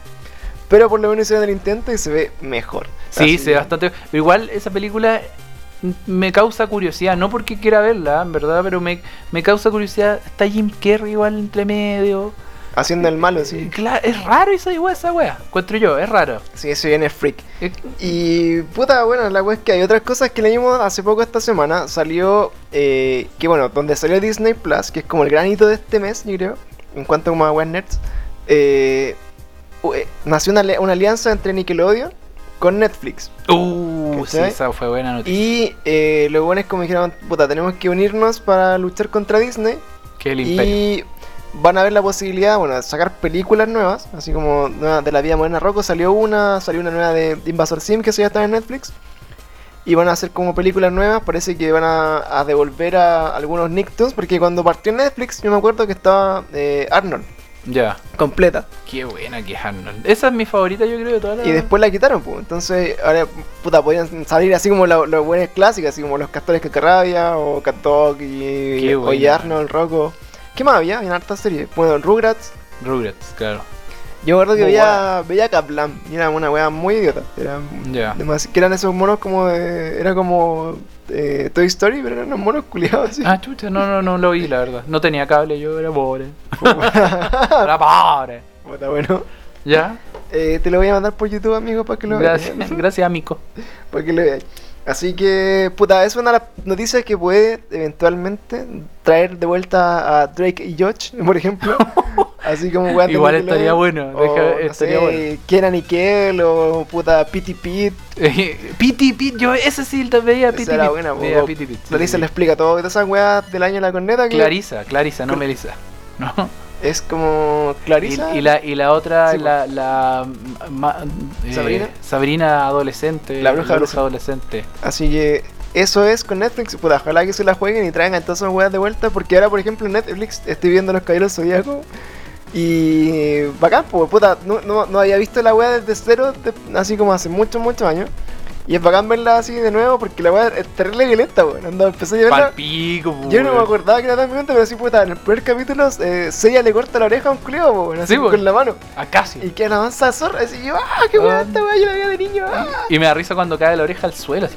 S1: Pero por lo menos hicieron el intento y se ve mejor.
S2: Sí,
S1: Así
S2: sí,
S1: que-
S2: bastante. pero Igual esa película me causa curiosidad, no porque quiera verla, en verdad, pero me, me causa curiosidad. Está Jim Carrey igual entre medio.
S1: Haciendo el malo,
S2: Eh,
S1: sí.
S2: cla- es raro esa igual esa wea, encuentro yo, es raro.
S1: Sí, eso viene freak.
S2: Eh,
S1: Y puta, bueno, la wea es que hay otras cosas que leímos hace poco esta semana. Salió, eh, que bueno, donde salió Disney Plus, que es como el granito de este mes, yo creo, en cuanto como a weas nerds, eh, u- eh, nació una, ali- una alianza entre Nickelodeon con Netflix.
S2: Uh, sí,
S1: ¿Cachai?
S2: esa fue buena noticia.
S1: Y eh, los buenos como dijeron, puta, tenemos que unirnos para luchar contra Disney.
S2: Que el imperio.
S1: Y van a ver la posibilidad, bueno, de sacar películas nuevas, así como nueva de la vida moderna Rocco salió una, salió una nueva de Invasor Sim que eso ya está en Netflix. Y van a hacer como películas nuevas, parece que van a, a devolver a algunos Nicktoons, porque cuando partió en Netflix yo me acuerdo que estaba eh, Arnold,
S2: Ya.
S1: completa.
S2: Qué buena que es Arnold. Esa es mi favorita, yo creo, de todas las.
S1: Y después la quitaron, pues. Entonces, ahora, puta, podían salir así como la- los buenas clásicas, así como los castores Cacarrabia, o Catok y Oye
S2: Qué buena.
S1: Arnold, Rocco. ¿Qué más había? En harta serie. Bueno, Rugrats.
S2: Rugrats, claro.
S1: Yo recuerdo que
S2: Muy
S1: veía, veía Kaplan y era una wea muy idiota. Era
S2: Ya.
S1: demasi- que eran esos monos como de, Era como eh, Toy Story, pero eran unos monos culiados así.
S2: Ah, chucha, no, no, no lo vi, la verdad. No tenía cable, yo era pobre. era pobre.
S1: Puta, bueno.
S2: Ya.
S1: Eh, te lo voy a mandar por YouTube, amigo, para que lo veas.
S2: Gracias, gracias, amigo.
S1: Para que lo veas. Así que, puta, es una de las noticias que puede eventualmente traer de vuelta a Drake y George, por ejemplo. Así como weas de
S2: Igual estaría
S1: Nickelodeon,
S2: bueno,
S1: O,
S2: deja-
S1: no
S2: estaría
S1: sé,
S2: bueno.
S1: Kenan y Kel, o puta Pity Pit.
S2: Eh, Piti Pit, yo ese sí lo veía
S1: Esa
S2: Piti
S1: era
S2: Pit.
S1: buena,
S2: Veía
S1: po.
S2: Piti Pit, sí,
S1: Clarisa
S2: sí.
S1: le explica todo. Todas esas weas del año de la corneta que
S2: Clarisa, Clarisa, no Melissa. No.
S1: es como.
S2: Y,
S1: Clarisa.
S2: y la, y la otra,
S1: Sí, po.
S2: la, la, ma- eh,
S1: Sabrina.
S2: Sabrina adolescente.
S1: La bruja
S2: adolescente.
S1: Así que eso es con Netflix. Puta, ojalá que se la jueguen y traigan todas esas weas de vuelta. Porque ahora, por ejemplo, en Netflix estoy viendo Los Caballeros Zodíaco. Y. Bacán, pues puta. No, no, no había visto la wea desde cero, de- así como hace muchos, muchos años. Y es bacán verla así de nuevo porque la wea es terrible violenta, weón. Cuando empecé a verla.
S2: Palpico, po,
S1: Yo no me
S2: weón.
S1: acordaba que era tan violenta, pero sí, puta, en el primer capítulo, eh, Seiya le corta la oreja a un culeo, po, weón, así
S2: Sí, po.
S1: con la mano.
S2: Ah, casi.
S1: Y que la mansa zorra, así yo, ¡ah, qué weá
S2: Ah.
S1: esta weá! Yo la veía de niño, ¡ah!
S2: Y me da risa cuando cae la oreja al suelo. así.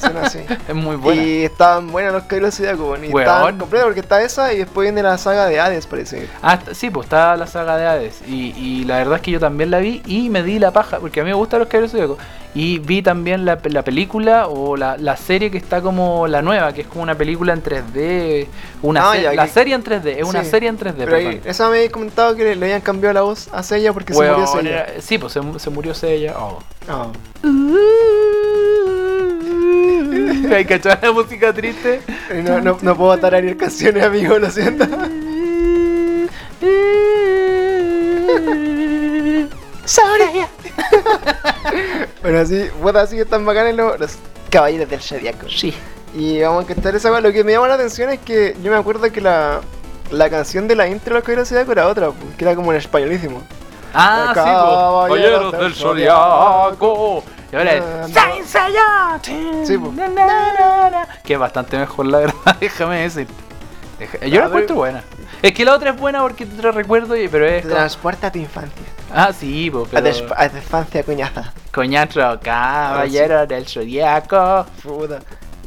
S1: Suena así.
S2: Es muy buena.
S1: Y estaban buenas los Caballeros del Zodiaco, weón. Y
S2: Weón.
S1: estaban completas porque está esa y después viene la saga de Hades, parece.
S2: Ah, está- sí, pues está la saga de Hades. Y, y la verdad es que yo también la vi y me di la paja, porque a mí me gustan los Caballeros del Zodiaco. Y vi también la, la película o la, la serie que está como la nueva, que es como una película en 3D. Una
S1: Ah,
S2: se-
S1: ya,
S2: la
S1: que-
S2: serie en 3D, es una
S1: sí.
S2: serie en 3D,
S1: Pero ahí-
S2: perdón.
S1: esa me había comentado que le, le habían cambiado la voz a Seiya porque
S2: Weón,
S1: se murió Seiya.
S2: era- sí, pues se, se murió Seiya. Oh.
S1: Ah.
S2: Hay que echar la música triste.
S1: Eh, No, no, no puedo tararear canciones, amigo, lo siento.
S3: Soraya.
S1: Bueno, así, puta, así que están bacanes los, los Caballeros del Zodiaco.
S2: Sí.
S1: Y vamos a cantar esa weá. Lo que me llama la atención es que yo me acuerdo que la, la canción de la intro de los Caballeros del Zodiaco era otra, po, que era como en españolísimo.
S2: Ah, sí, po.
S1: Caballeros
S2: Caballeros
S1: del
S2: del Zodiaco. Y ahora
S1: Ah,
S2: es.
S1: no.
S2: ¡Saint Seiya!
S1: Sí, po.
S2: Na, na, na, na. Que es bastante mejor, la verdad, déjame decirte. Deja- Yo
S1: Ah,
S2: la encuentro
S1: pero-
S2: buena. Es que la otra es buena porque te la recuerdo, y- pero es.
S1: Te
S2: como-
S1: transporta a tu infancia.
S2: Ah, sí, po,
S1: A,
S2: pero.
S1: tu esp- a tu infancia, cuñaza.
S2: Coñatro, caballero del zodiaco.
S1: Puta.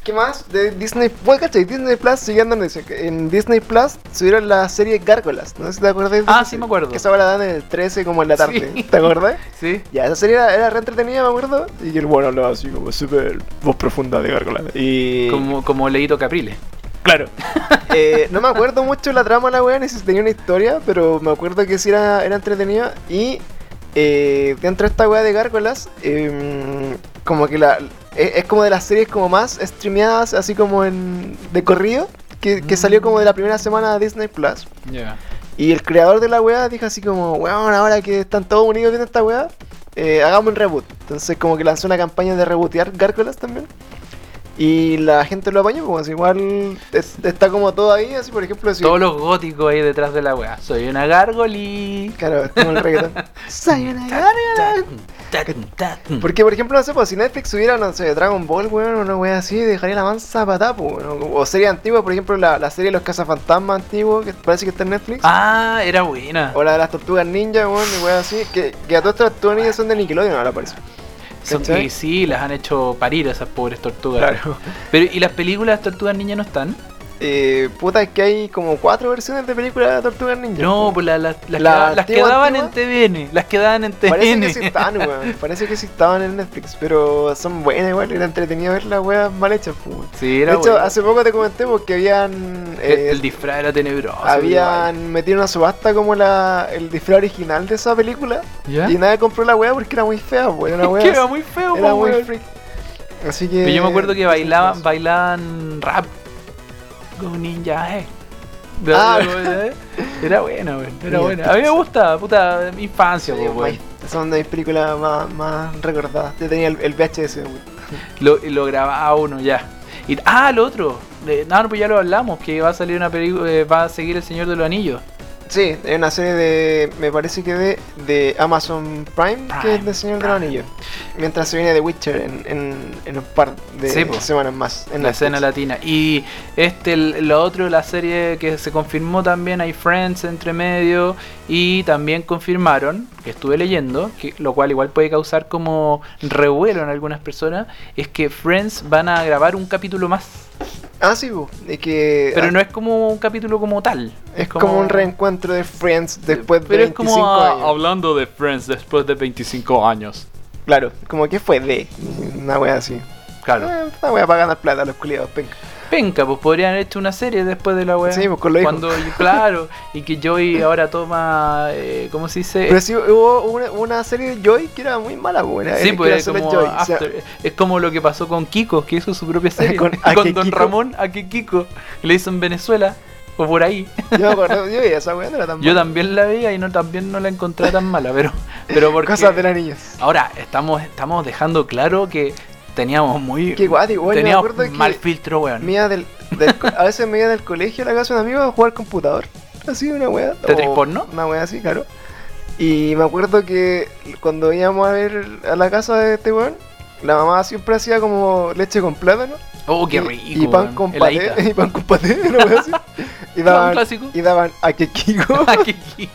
S1: ¿Qué más? De Disney. Bueno, ¿cachai? Disney Plus sigue andando. dice que En Disney Plus subieron la serie Gárgolas. No sé si te acuerdas. de esa
S2: Ah, sí
S1: serie.
S2: me acuerdo.
S1: Que esa la dan en el 13 como en la tarde.
S2: Sí.
S1: ¿Te acuerdas?
S2: Sí.
S1: Ya, esa serie era, era re entretenida, me acuerdo. Y el bueno hablaba así como súper voz profunda de Gárgolas. Y.
S2: Como, como Leito Caprile.
S1: Claro. Eh, no me acuerdo mucho la trama, la weá, ni si tenía una historia, pero me acuerdo que sí era, era entretenida. Y eh, dentro de esta weá de gárgolas, eh, como que la e, es, es como de las series como más streameadas, así como en de corrido, que, que salió como de la primera semana de Disney Plus.
S2: Ya.
S1: Y el creador de la weá dijo así como, weón, ahora que están todos unidos viendo esta weá, eh, hagamos un reboot. Entonces como que lanzó una campaña de rebootear Gárgolas también. Y la gente lo apañó, pues igual es- está como todo ahí, así por ejemplo... Si,
S2: Todos los góticos ahí detrás de la wea. Soy una gárgoli.
S1: Claro, es como el reggaetón. Soy una gárgola. Porque por ejemplo, no sé, pues si Netflix subiera, no sé, Dragon Ball, weón, una weá así, dejaría la mansa patá, pues, weón. O- O serie antigua, por ejemplo, la, la serie de los cazafantasmas antiguos, que parece que está en Netflix.
S2: Ah, era buena.
S1: O la de las tortugas ninja, weón, y weón así. Que, que a todas estas tortugas ninja son de Nickelodeon ahora parece.
S2: Son,
S1: ¿cachai?
S2: y sí, las han hecho parir a esas pobres tortugas. Pero, ¿y las películas de tortugas niñas no están?
S1: Eh, puta, es que hay como cuatro versiones de películas de tortugas ninja.
S2: No,
S1: weón.
S2: pues la- la- las,
S1: ¿La
S2: que, las que
S1: antigua,
S2: daban
S1: antigua?
S2: en TVN. Las que daban en TVN.
S1: Parece que sí están, weón. Parece que sí estaban en Netflix, pero son buenas igual. Era entretenido ver las weas mal hechas, pues, weón.
S2: Sí,
S1: De
S2: era
S1: hecho,
S2: bueno.
S1: hace poco te comenté porque habían.
S2: El-
S1: eh,
S2: el disfraz era tenebroso.
S1: habían metido en una subasta como la, el disfraz original de esa película.
S2: igual.
S1: Y
S2: ¿Ya?
S1: nadie compró la wea porque era muy fea, weón. Una wea
S2: Que era
S1: así-
S2: muy feo,
S1: era
S2: po,
S1: muy
S2: weón.
S1: freak. Así que.
S2: Pero yo me acuerdo que
S1: bailaban
S2: bailaban, bailaban rap. Go ninja, eh.
S1: Ah,
S2: era buena, weón, Era
S1: Mira,
S2: buena. A mí me gustaba, puta, mi infancia,
S1: Sí,
S2: po, weón.
S1: my- Son de mis películas más, más recordadas. Yo tenía el, el VHS, güey.
S2: Lo, lo grababa uno ya. Y, ah, lo otro. Eh, no, no, pues ya lo hablamos, que va a salir una película, va a seguir El Señor de los Anillos.
S1: Sí, es una serie de. Me parece que de, de Amazon Prime, que
S2: Prime,
S1: es de Señor de los
S2: Prime.
S1: Anillos. Mientras se viene The Witcher en, en, en un par de
S2: Sí, po.
S1: semanas más. En
S2: la
S1: Netflix.
S2: escena latina. Y este, el- lo otro, la serie que se confirmó también, hay Friends entre medio, y también confirmaron, que estuve leyendo, que, lo cual igual puede causar como revuelo en algunas personas, es que Friends van a grabar un capítulo más.
S1: Ah, sí, po. Y que.
S2: Pero
S1: ah,
S2: no es como un capítulo como tal.
S1: es como... un reencuentro de Friends después de
S2: Pero es
S1: 25
S2: como ah,
S1: años.
S2: hablando de Friends después de 25 años.
S1: Claro, como que fue de. Una wea así.
S2: Claro.
S1: Eh, una wea para ganar plata, los culiados, penca.
S2: Penca, pues podrían haber hecho una serie después de la web.
S1: Sí, pues, con lo hijo.
S2: Cuando, y claro, y que Joey ahora toma, eh, ¿cómo se dice?
S1: Pero sí hubo una, una serie de Joy que era muy mala, güey. Era-
S2: Sí,
S1: que
S2: pues
S1: era
S2: es
S1: solo
S2: como,
S1: Joy, o sea,
S2: after- eh, es como lo que pasó con Kiko, que hizo su propia serie.
S1: Con
S2: con
S1: Ake
S2: Don
S1: Kiko.
S2: Ramón, a que Kiko, que le hizo en Venezuela, o por ahí.
S1: Yo me acuerdo, yo veía esa weá, no era tan
S2: Yo
S1: mala.
S2: también la veía y no también no la encontré tan mala, pero, pero porque...
S1: Cosas de las niñas.
S2: Ahora, estamos, estamos dejando claro que teníamos muy...
S1: Qué guati, weón, yo me
S2: teníamos
S1: acuerdo que
S2: mal filtro, weón.
S1: Me iba del, del co- a veces me iba del colegio a la casa de un amigo a jugar computador. Así, una weá.
S2: ¿Tetris
S1: o
S2: porno?
S1: Una weá así, claro. Y me acuerdo que cuando íbamos a ver a la casa de este weón, la mamá siempre hacía como leche con plátano.
S2: Oh, qué
S1: y-
S2: rico.
S1: Y, pan
S2: weón.
S1: con
S2: Heladita.
S1: paté. Y pan con paté, una weá así. Y
S2: Pan
S1: daban,
S2: clásico. Ah,
S1: y daban a que Kiko.
S2: A que Kiko.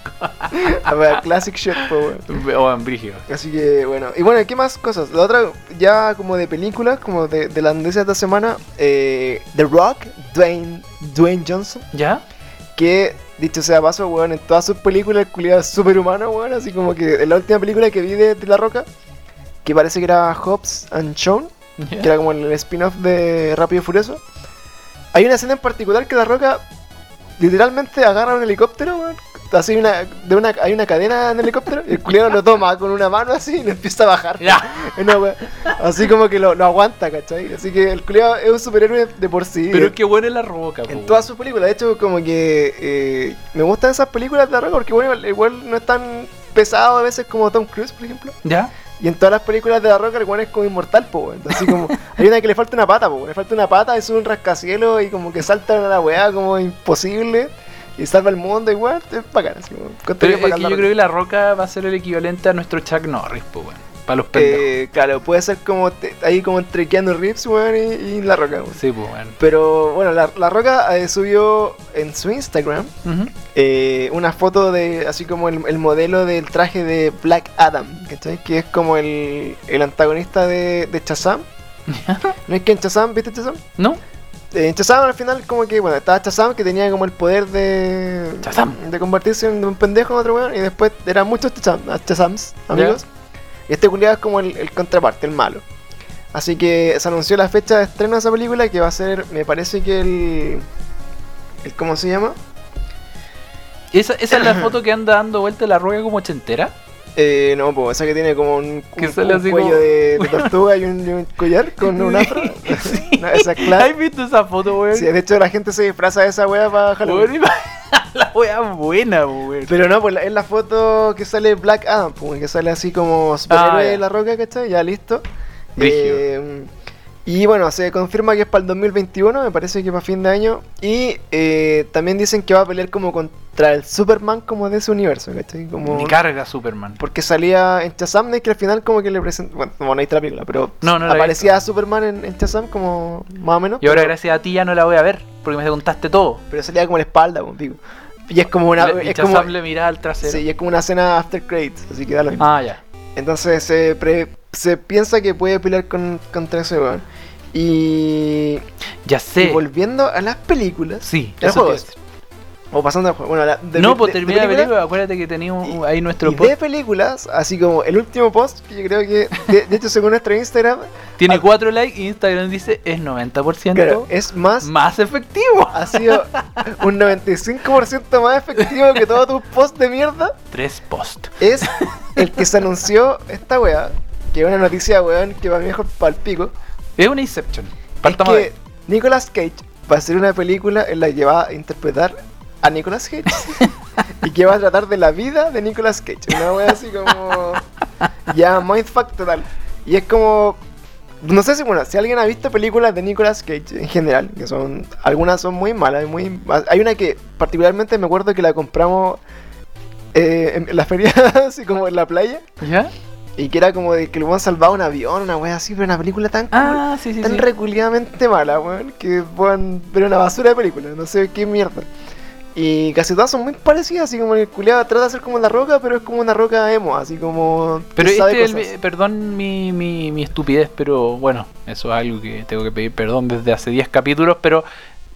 S1: A ver, classic shit, po, weón.
S2: Oh, en brígido.
S1: Así que bueno, y bueno, ¿qué más cosas? La otra, ya como de películas, como de, de la noticia de esta semana, eh, The Rock, Dwayne, Dwayne Johnson,
S2: ¿Ya?
S1: que dicho sea de paso, weón, en todas sus películas el culiado es superhumano, weón, así como que en la última película que vi de, de La Roca, que parece que era Hobbs and Shawn, que era como el spin-off de Rápido y Furioso, hay una escena en particular que La Roca literalmente agarra un helicóptero, weón. Así una, de una, hay una cadena en el helicóptero, y el culiado lo toma con una mano así y lo empieza a bajar.
S2: Ya.
S1: Es una wea- Así como que lo, lo aguanta, ¿cachai? Así que el culiado es un superhéroe de por sí. eh,
S2: Pero qué buena es la roca, po,
S1: en
S2: weón.
S1: todas sus películas, de hecho, como que eh, me gustan esas películas de la Roca porque, bueno, el igual no es tan pesado a veces como Tom Cruise, por ejemplo.
S2: ¿Ya?
S1: Y en todas las películas de la Roca, el weón es como inmortal, po, weón. Entonces, así como, hay una que le falta una pata, po, weón. le falta una pata, es un rascacielos y como que salta a la weá como imposible y salva el mundo, igual, es bacán, así como. encuentro
S2: Pero
S1: que es bacán La
S2: es que yo
S1: Roca.
S2: creo que la roca va a ser el equivalente a nuestro Chuck Norris, pues, weón. Para los pendejos.
S1: Eh, claro, puede ser como te- ahí como entre Keanu Reeves, weón, y, y La Roca, weón.
S2: Sí, pues, weón.
S1: Pero bueno, La, La Roca eh, subió en su Instagram
S2: Ujú.
S1: eh, una foto de así como el, el modelo del traje de Black Adam, ¿cachai? Que es como el, el antagonista de, de Shazam. ¿No es que en Chazam, viste Chazam?
S2: ¿No?
S1: Eh, en Shazam al final como que, bueno, estaba Chazam que tenía como el poder de...
S2: Shazam.
S1: De convertirse en un pendejo en otro weón y después eran muchos Chazam, Chazams, amigos. Y este culiado es como el, el contraparte, el malo. Así que se anunció la fecha de estreno de esa película que va a ser, me parece que el... el ¿Cómo se llama?
S2: ¿Esa, esa es la foto que anda dando vuelta la rueda como ochentera.
S1: Eh, no, pues esa que tiene como un,
S2: Que
S1: un-
S2: sale
S1: un
S2: así
S1: cuello
S2: como-
S1: de, de tortuga y un, y un collar con un afro.
S2: Sí.
S1: No, esa es clara.
S2: ¿Has visto esa foto, weón?
S1: Sí, de hecho la gente se disfraza de esa wea para Halloween.
S2: Weón, ima- la wea buena, weón.
S1: Pero no, pues la- es la foto que sale Black Adam, pues, que sale así como superhéroe
S2: Ah, ya.
S1: de la roca, ¿cachai? Ya listo.
S2: Brígido.
S1: Eh, y bueno, se confirma que es para el 2021, me parece que para fin de año. Y eh, también dicen que va a pelear como contra el Superman como de ese universo, ¿cachai? Como...
S2: Ni carga Superman.
S1: Porque salía en Shazam, ¿no? que al final como que le presentó... Bueno, no, no hay otra película, pero
S2: No, no la he
S1: aparecía Superman en, en Shazam como más o menos.
S2: Y ahora
S1: pero-
S2: gracias a ti ya no la voy a ver, porque me contaste todo.
S1: Pero salía como la espalda, pues, digo. Y es como una...
S2: Le- y
S1: es como,
S2: Shazam le miraba al trasero.
S1: sí, y es como una escena after credits, así que da lo mismo.
S2: Ah, ya.
S1: Entonces se, pre- se piensa que puede pelear con, contra ese weón. Y,
S2: Ya
S1: y
S2: sé.
S1: volviendo a las películas.
S2: Sí,
S1: a los
S2: eso te iba a
S1: juegos. O pasando al juego. Bueno, la- de-
S2: no,
S1: de-
S2: pues
S1: de
S2: termina la
S1: película-
S2: película. Acuérdate que teníamos
S1: Y-
S2: ahí nuestro
S1: y
S2: post.
S1: de películas, así como el último post, que yo creo que, de, de hecho, según nuestro Instagram,
S2: Tiene
S1: al-
S2: 4 likes y Instagram dice es 90%
S1: claro, es más,
S2: más efectivo.
S1: ha sido un 95% más efectivo que todos tus posts de mierda.
S2: 3 post.
S1: es el que se anunció esta weá, que es una noticia weón que para mí mejor para el pico.
S2: Es una Inception.
S1: Es
S2: Partamos de
S1: que Nicolas Cage va a hacer una película en la que va a interpretar a Nicolas Cage y que va a tratar de la vida de Nicolas Cage. Una weá así como. ya, mindfuck total. Y es como. No sé si, bueno, si alguien ha visto películas de Nicolas Cage en general, que son. Algunas son muy malas, muy. Hay una que particularmente me acuerdo que la compramos eh, en la feria, así como en la playa.
S2: ¿Ya?
S1: Y que era como de que el weón salvaba un avión, una wea así, pero una película tan,
S2: Ah, sí, sí.
S1: tan
S2: sí.
S1: reculiadamente mala, weón, que weón, pero una basura de película, no sé qué mierda. Y casi todas son muy parecidas, así como el culiado trata de ser como la roca, pero es como una roca emo, así como que
S2: Pero
S1: sabe
S2: este, el-
S1: cosas.
S2: perdón mi, mi, mi estupidez, pero bueno, eso es algo que tengo que pedir perdón desde hace 10 capítulos, pero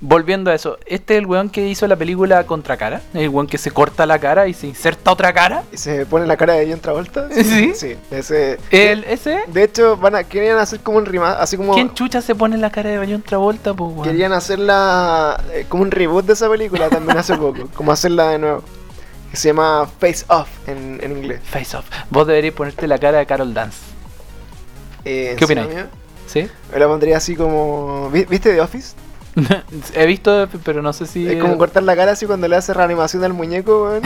S2: volviendo a eso, este es el weón que hizo la película Contracara, el weón que se corta la cara y se inserta otra cara,
S1: Y se pone la cara de John Travolta.
S2: ¿Sí?
S1: Sí, ese.
S2: el ese,
S1: De hecho, van a, querían hacer como un rima, así como.
S2: ¿quién chucha se pone la cara de Bayón Travolta? po, weón?
S1: Querían hacerla eh, como un reboot de esa película también hace poco, como hacerla de nuevo. Que se llama Face Off en, en inglés.
S2: Face Off, vos deberías ponerte la cara de Carol Dance,
S1: Eh,
S2: ¿Qué
S1: ¿sí,
S2: opináis?
S1: amigo?
S2: ¿sí?
S1: Me la pondría así como. ¿vi- ¿Viste The Office?
S2: He visto, pero no sé si...
S1: es como cortar la cara así cuando le hace reanimación al muñeco, weón.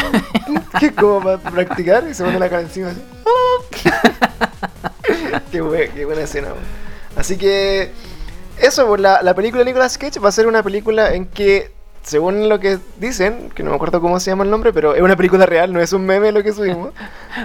S1: que es como para practicar y se pone la cara encima así. qué, bue- qué buena escena, weón. Así que. Eso, pues, la, la película de Nicolas Cage va a ser una película en que, según lo que dicen, que no me acuerdo cómo se llama el nombre, pero es una película real, no es un meme lo que subimos.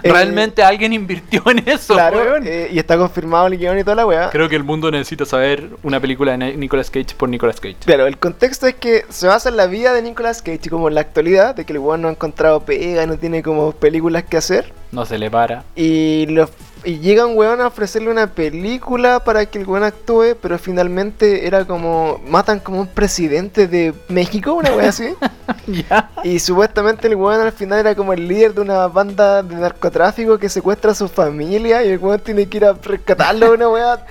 S1: Eh,
S2: Realmente alguien invirtió en eso,
S1: claro,
S2: weón.
S1: eh, y está confirmado el guión y toda la weá.
S2: Creo que el mundo necesita saber una película de Nicolas Cage por Nicolas Cage.
S1: Claro, el contexto es que se basa en la vida de Nicolas Cage, como en la actualidad, de que el weón no ha encontrado pega, no tiene como películas que hacer.
S2: No se le para.
S1: Y, lo- y llega un weón a ofrecerle una película para que el weón actúe, pero finalmente era como. Matan como un presidente de México, una wea así.
S2: Ya.
S1: y supuestamente el weón al final era como el líder de una banda de narcotráfico que secuestra a su familia y el weón tiene que ir a rescatarlo, una wea.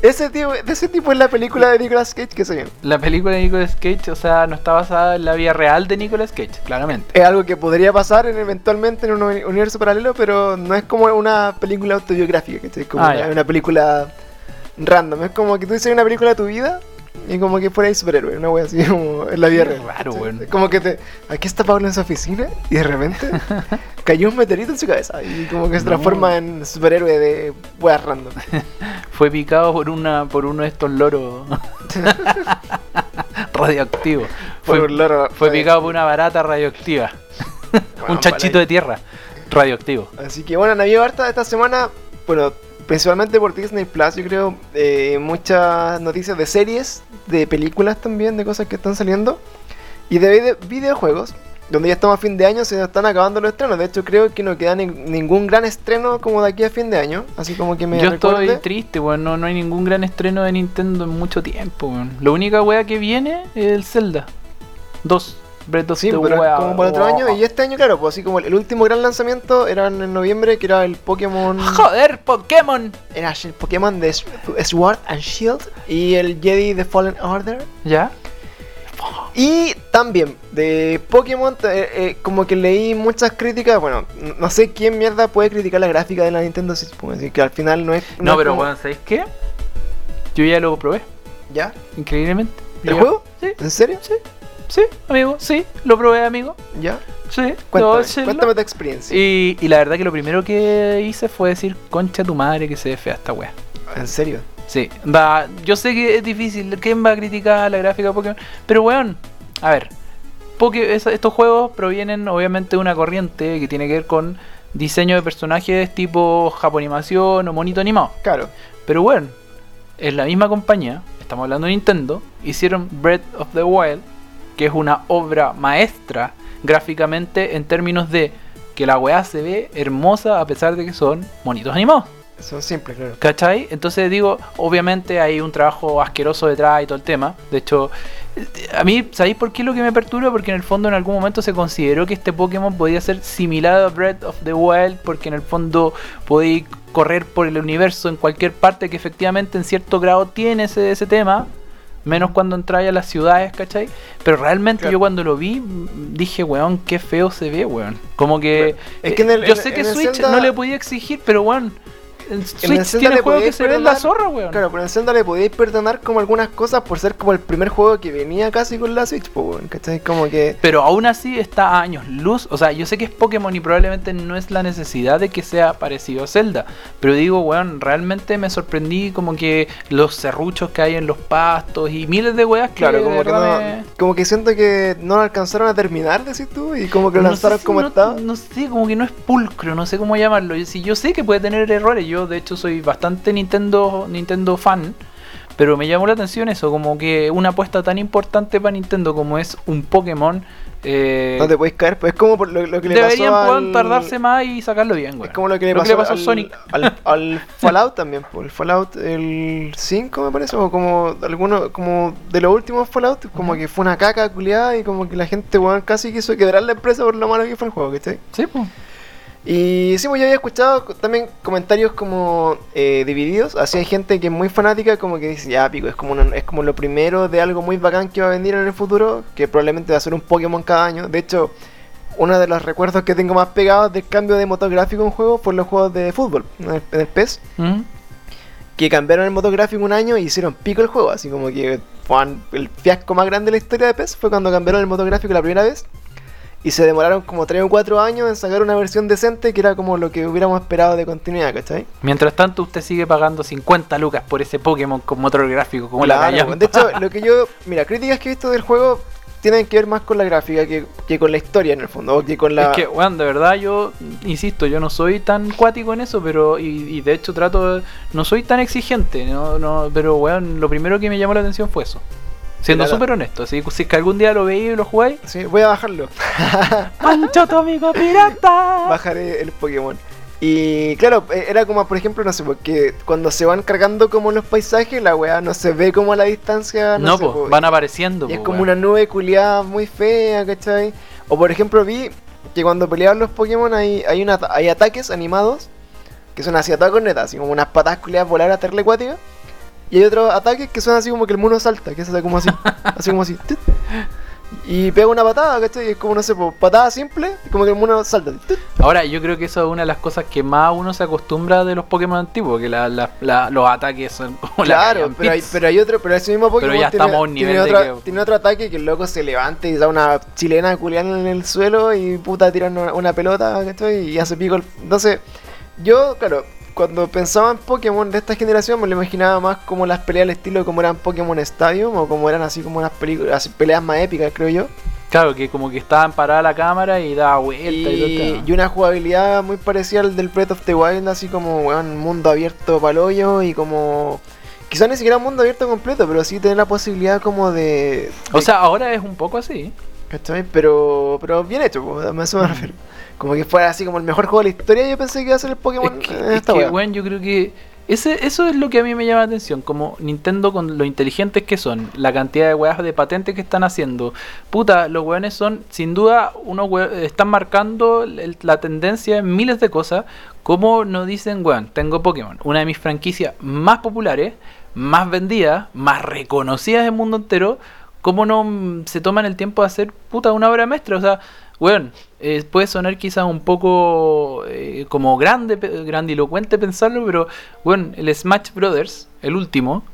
S1: Ese tipo, de ese tipo es la película de Nicolas Cage que se viene.
S2: La película de Nicolas Cage, o sea, no está basada en la vida real de Nicolas Cage, claramente.
S1: Es algo que podría pasar en- eventualmente en un uni- universo paralelo, pero no es como una película autobiográfica, ¿cachai? Es como
S2: Ah,
S1: una,
S2: ya.
S1: una película random. Es como que tú hicieras una película de tu vida y como que fuera ahí superhéroe, una wea así como en la vida
S2: Qué
S1: real,
S2: raro,
S1: ¿cachai?
S2: weón.
S1: Como que te. Aquí está Pablo en su oficina y de repente cayó un meteorito en su cabeza y como que se
S2: No.
S1: transforma en superhéroe de weas random.
S2: Fue picado por una por uno de estos loros radioactivos.
S1: Por
S2: Fue,
S1: un loro-
S2: fue picado por una barata radioactiva.
S1: Bueno,
S2: Un chanchito
S1: para
S2: de tierra radioactivo.
S1: Así que bueno, han habido harta esta semana, bueno, principalmente por Disney Plus, yo creo, eh, muchas noticias de series, de películas también, de cosas que están saliendo, y de vide- videojuegos. donde ya estamos a fin de año, se nos están acabando los estrenos. De hecho, creo que no queda ni- ningún gran estreno como de aquí a fin de año. Así como que me
S2: Yo
S1: recuerde.
S2: estoy triste, weón. No, no hay ningún gran estreno de Nintendo en mucho tiempo, weón. La única wea que viene es el Zelda 2. Breath of
S1: Sí,
S2: the
S1: pero es
S2: Wild.
S1: como para otro año.
S2: Oh.
S1: Y este año, claro, pues así como el, el último gran lanzamiento era en noviembre, que era el Pokémon.
S2: ¡Joder, Pokémon!
S1: Era el Pokémon de S- Sword and Shield y el Jedi The Fallen Order.
S2: ¿Ya?
S1: Y también, de Pokémon, eh, eh, como que leí muchas críticas. Bueno, n- no sé quién mierda puede criticar la gráfica de la Nintendo Switch. Pues, así que al final no es.
S2: No,
S1: es
S2: pero
S1: como-
S2: weón, ¿sabéis qué? Yo ya lo probé,
S1: ¿Ya?
S2: increíblemente.
S1: ¿El
S2: Ya.
S1: juego?
S2: Sí,
S1: ¿En serio? Sí.
S2: sí, amigo, sí, lo probé, amigo.
S1: ¿Ya?
S2: Sí, debo
S1: Cuéntame,
S2: decirlo.
S1: cuéntame tu experiencia.
S2: Y, y la verdad que lo primero que hice fue decir, concha tu madre que se ve fea esta wea.
S1: ¿En serio?
S2: Sí, va, yo sé que es difícil, ¿quién va a criticar la gráfica de Pokémon? Pero weón, a ver, Poké- esa- estos juegos provienen obviamente de una corriente que tiene que ver con diseño de personajes tipo japonimación o monito animado.
S1: Claro.
S2: Pero bueno, es la misma compañía, estamos hablando de Nintendo, hicieron Breath of the Wild, que es una obra maestra gráficamente en términos de que la weá se ve hermosa a pesar de que son monitos animados.
S1: Son simples, claro.
S2: ¿Cachai? Entonces digo, obviamente hay un trabajo asqueroso detrás y todo el tema. De hecho, eh, a mí, ¿sabéis por qué es lo que me perturba? Porque en el fondo en algún momento se consideró que este Pokémon podía ser similar a Breath of the Wild, porque en el fondo podéis correr por el universo en cualquier parte que efectivamente en cierto grado tiene ese, ese tema. Menos cuando entráis a las ciudades, ¿cachai? Pero realmente
S1: Claro.
S2: yo cuando lo vi, dije, weón, qué feo se ve, weón. Como que... eh,
S1: Es que en el-
S2: yo
S1: en-
S2: sé que
S1: en el
S2: Switch
S1: Zelda-
S2: no le podía exigir, pero weón... en
S1: En el
S2: Switch
S1: Zelda
S2: tiene
S1: le
S2: juegos que
S1: podíais
S2: se ven la
S1: perdonar-
S2: zorra, weón.
S1: Claro, pero en Zelda le podíais perdonar como algunas cosas por ser como el primer juego que venía casi con la Switch, pues, weón, ¿cachai? Como que.
S2: Pero aún así está a años luz. O sea, yo sé que es Pokémon y probablemente no es la necesidad de que sea parecido a Zelda. Pero digo, weón, realmente me sorprendí como que los serruchos que hay en los pastos y miles de weas que
S1: Claro,
S2: de
S1: como que
S2: verdad
S1: no.
S2: me-
S1: Como que siento que no lo alcanzaron a terminar, decís tú, y como que lo
S2: No sé
S1: lanzaron
S2: si
S1: como
S2: no-
S1: estaba.
S2: No sé, como que no es pulcro, no sé cómo llamarlo. Yo, si yo sé que puede tener errores, yo de hecho soy bastante Nintendo, Nintendo fan, pero me llamó la atención eso, como que una apuesta tan importante para Nintendo como es un Pokémon. Eh,
S1: No te podéis caer, pues es como por lo, lo que le
S2: Deberían
S1: pasó.
S2: weón,
S1: al-
S2: tardarse más y sacarlo bien, güey.
S1: Es como lo que le
S2: Lo
S1: pasó,
S2: que le pasó a
S1: al,
S2: Sonic.
S1: Al, al Fallout también, pues, el Fallout el 5 me parece, o como alguno, como de los últimos Fallout, como que fue una caca culiada y como que la gente weón, casi quiso quebrar la empresa por lo malo que fue el juego, ¿cachai?
S2: Sí, pues.
S1: Y sí, pues yo había escuchado co- también comentarios como eh, divididos. Así hay gente que es muy fanática, como que dice, ya pico, es como, una- es como lo primero de algo muy bacán que va a venir en el futuro, que probablemente va a ser un Pokémon cada año. De hecho, uno de los recuerdos que tengo más pegados del cambio de motor gráfico en juego fue en los juegos de fútbol, en el, en el E PES,
S2: Mm.
S1: que cambiaron el motor gráfico un año y hicieron pico el juego. Así como que fuan, el fiasco más grande de la historia de PES fue cuando cambiaron el motor gráfico la primera vez. Y se demoraron como 3 o 4 años en sacar una versión decente que era como lo que hubiéramos esperado de continuidad, ¿cachai?
S2: Mientras tanto, usted sigue pagando 50 lucas por ese Pokémon con motor gráfico, como la
S1: Claro,
S2: callan.
S1: De hecho, lo que yo. Mira, críticas que he visto del juego tienen que ver más con la gráfica que, que con la historia en el fondo. O que con la.
S2: Es que, weón, de verdad, yo insisto, yo no soy tan cuático en eso, pero. Y, y de hecho, trato. de- No soy tan exigente, no, no, pero, weón, lo primero que me llamó la atención fue eso. Siendo
S1: Claro.
S2: súper honesto, así que si es que algún día lo veis y lo jugáis,
S1: Sí, voy a bajarlo.
S2: ¡Pancho tu amigo pirata!
S1: bajaré el Pokémon. Y claro, eh, era como, por ejemplo, no sé, porque cuando se van cargando como los paisajes, la weá no se ve como a la distancia. No,
S2: No,
S1: sé, po.
S2: pues, van apareciendo.
S1: Y es
S2: po,
S1: como
S2: weón.
S1: una nube culiada muy fea, ¿cachai? O por ejemplo, vi que cuando peleaban los Pokémon hay, hay, una, hay ataques animados que son así ataques netas, así como unas patas culiadas voladas terlecuáticas. Y hay otros ataques que son así como que el mono salta, que es como así, así como así. tut, Y pega una patada, ¿cachai? Y es como, no sé, po, patada simple, y como que el mono salta. tut.
S2: Ahora, yo creo que eso es una de las cosas que más uno se acostumbra de los Pokémon antiguos, que la- la- la- los ataques son como la
S1: Claro,
S2: Giant
S1: pero hay,
S2: Peach.
S1: pero hay otro, pero ese mismo Pokémon
S2: ya
S1: tiene,
S2: estamos a un
S1: tiene
S2: nivel de
S1: otra-
S2: que-
S1: tiene otro ataque que el loco se levanta y da una chilena culiana en el suelo y puta tiran una, una pelota ¿cachai? y hace pico. el- Entonces, yo, claro, cuando pensaba en Pokémon de esta generación me lo imaginaba más como las peleas al estilo como eran Pokémon Stadium o como eran así como unas películas, así, peleas más épicas, creo yo.
S2: Claro, que como que estaban parada la cámara y daba vuelta y, todo el
S1: Y,
S2: tema.
S1: y una jugabilidad muy parecida al del Breath of the Wild, así como weón, mundo abierto paloyo y como. Quizás ni siquiera un mundo abierto completo, pero sí tener la posibilidad como de.
S2: O sea, ahora es un poco así.
S1: ¿Cachai? Pero, pero bien hecho, po, a
S2: Mm.
S1: eso me refiero. Como que fuera así como el mejor juego de la historia, yo pensé que iba a ser el Pokémon.
S2: Es que,
S1: eh,
S2: es
S1: esta
S2: que,
S1: wea.
S2: weón, yo creo que ese, eso es lo que a mí me llama la atención. Como Nintendo con lo inteligentes que son, la cantidad de weas de patentes que están haciendo. Puta, los weones son, sin duda, unos we- están marcando el- la tendencia en miles de cosas. Como nos dicen, weón, tengo Pokémon, una de mis franquicias más populares, más vendidas, más reconocidas del mundo entero. ¿Cómo no mm, se toman el tiempo de hacer puta una obra maestra? O sea, Weón, eh, puede sonar quizás un poco eh, como grande, pe- grandilocuente pensarlo, pero bueno, el Smash Brothers, el último,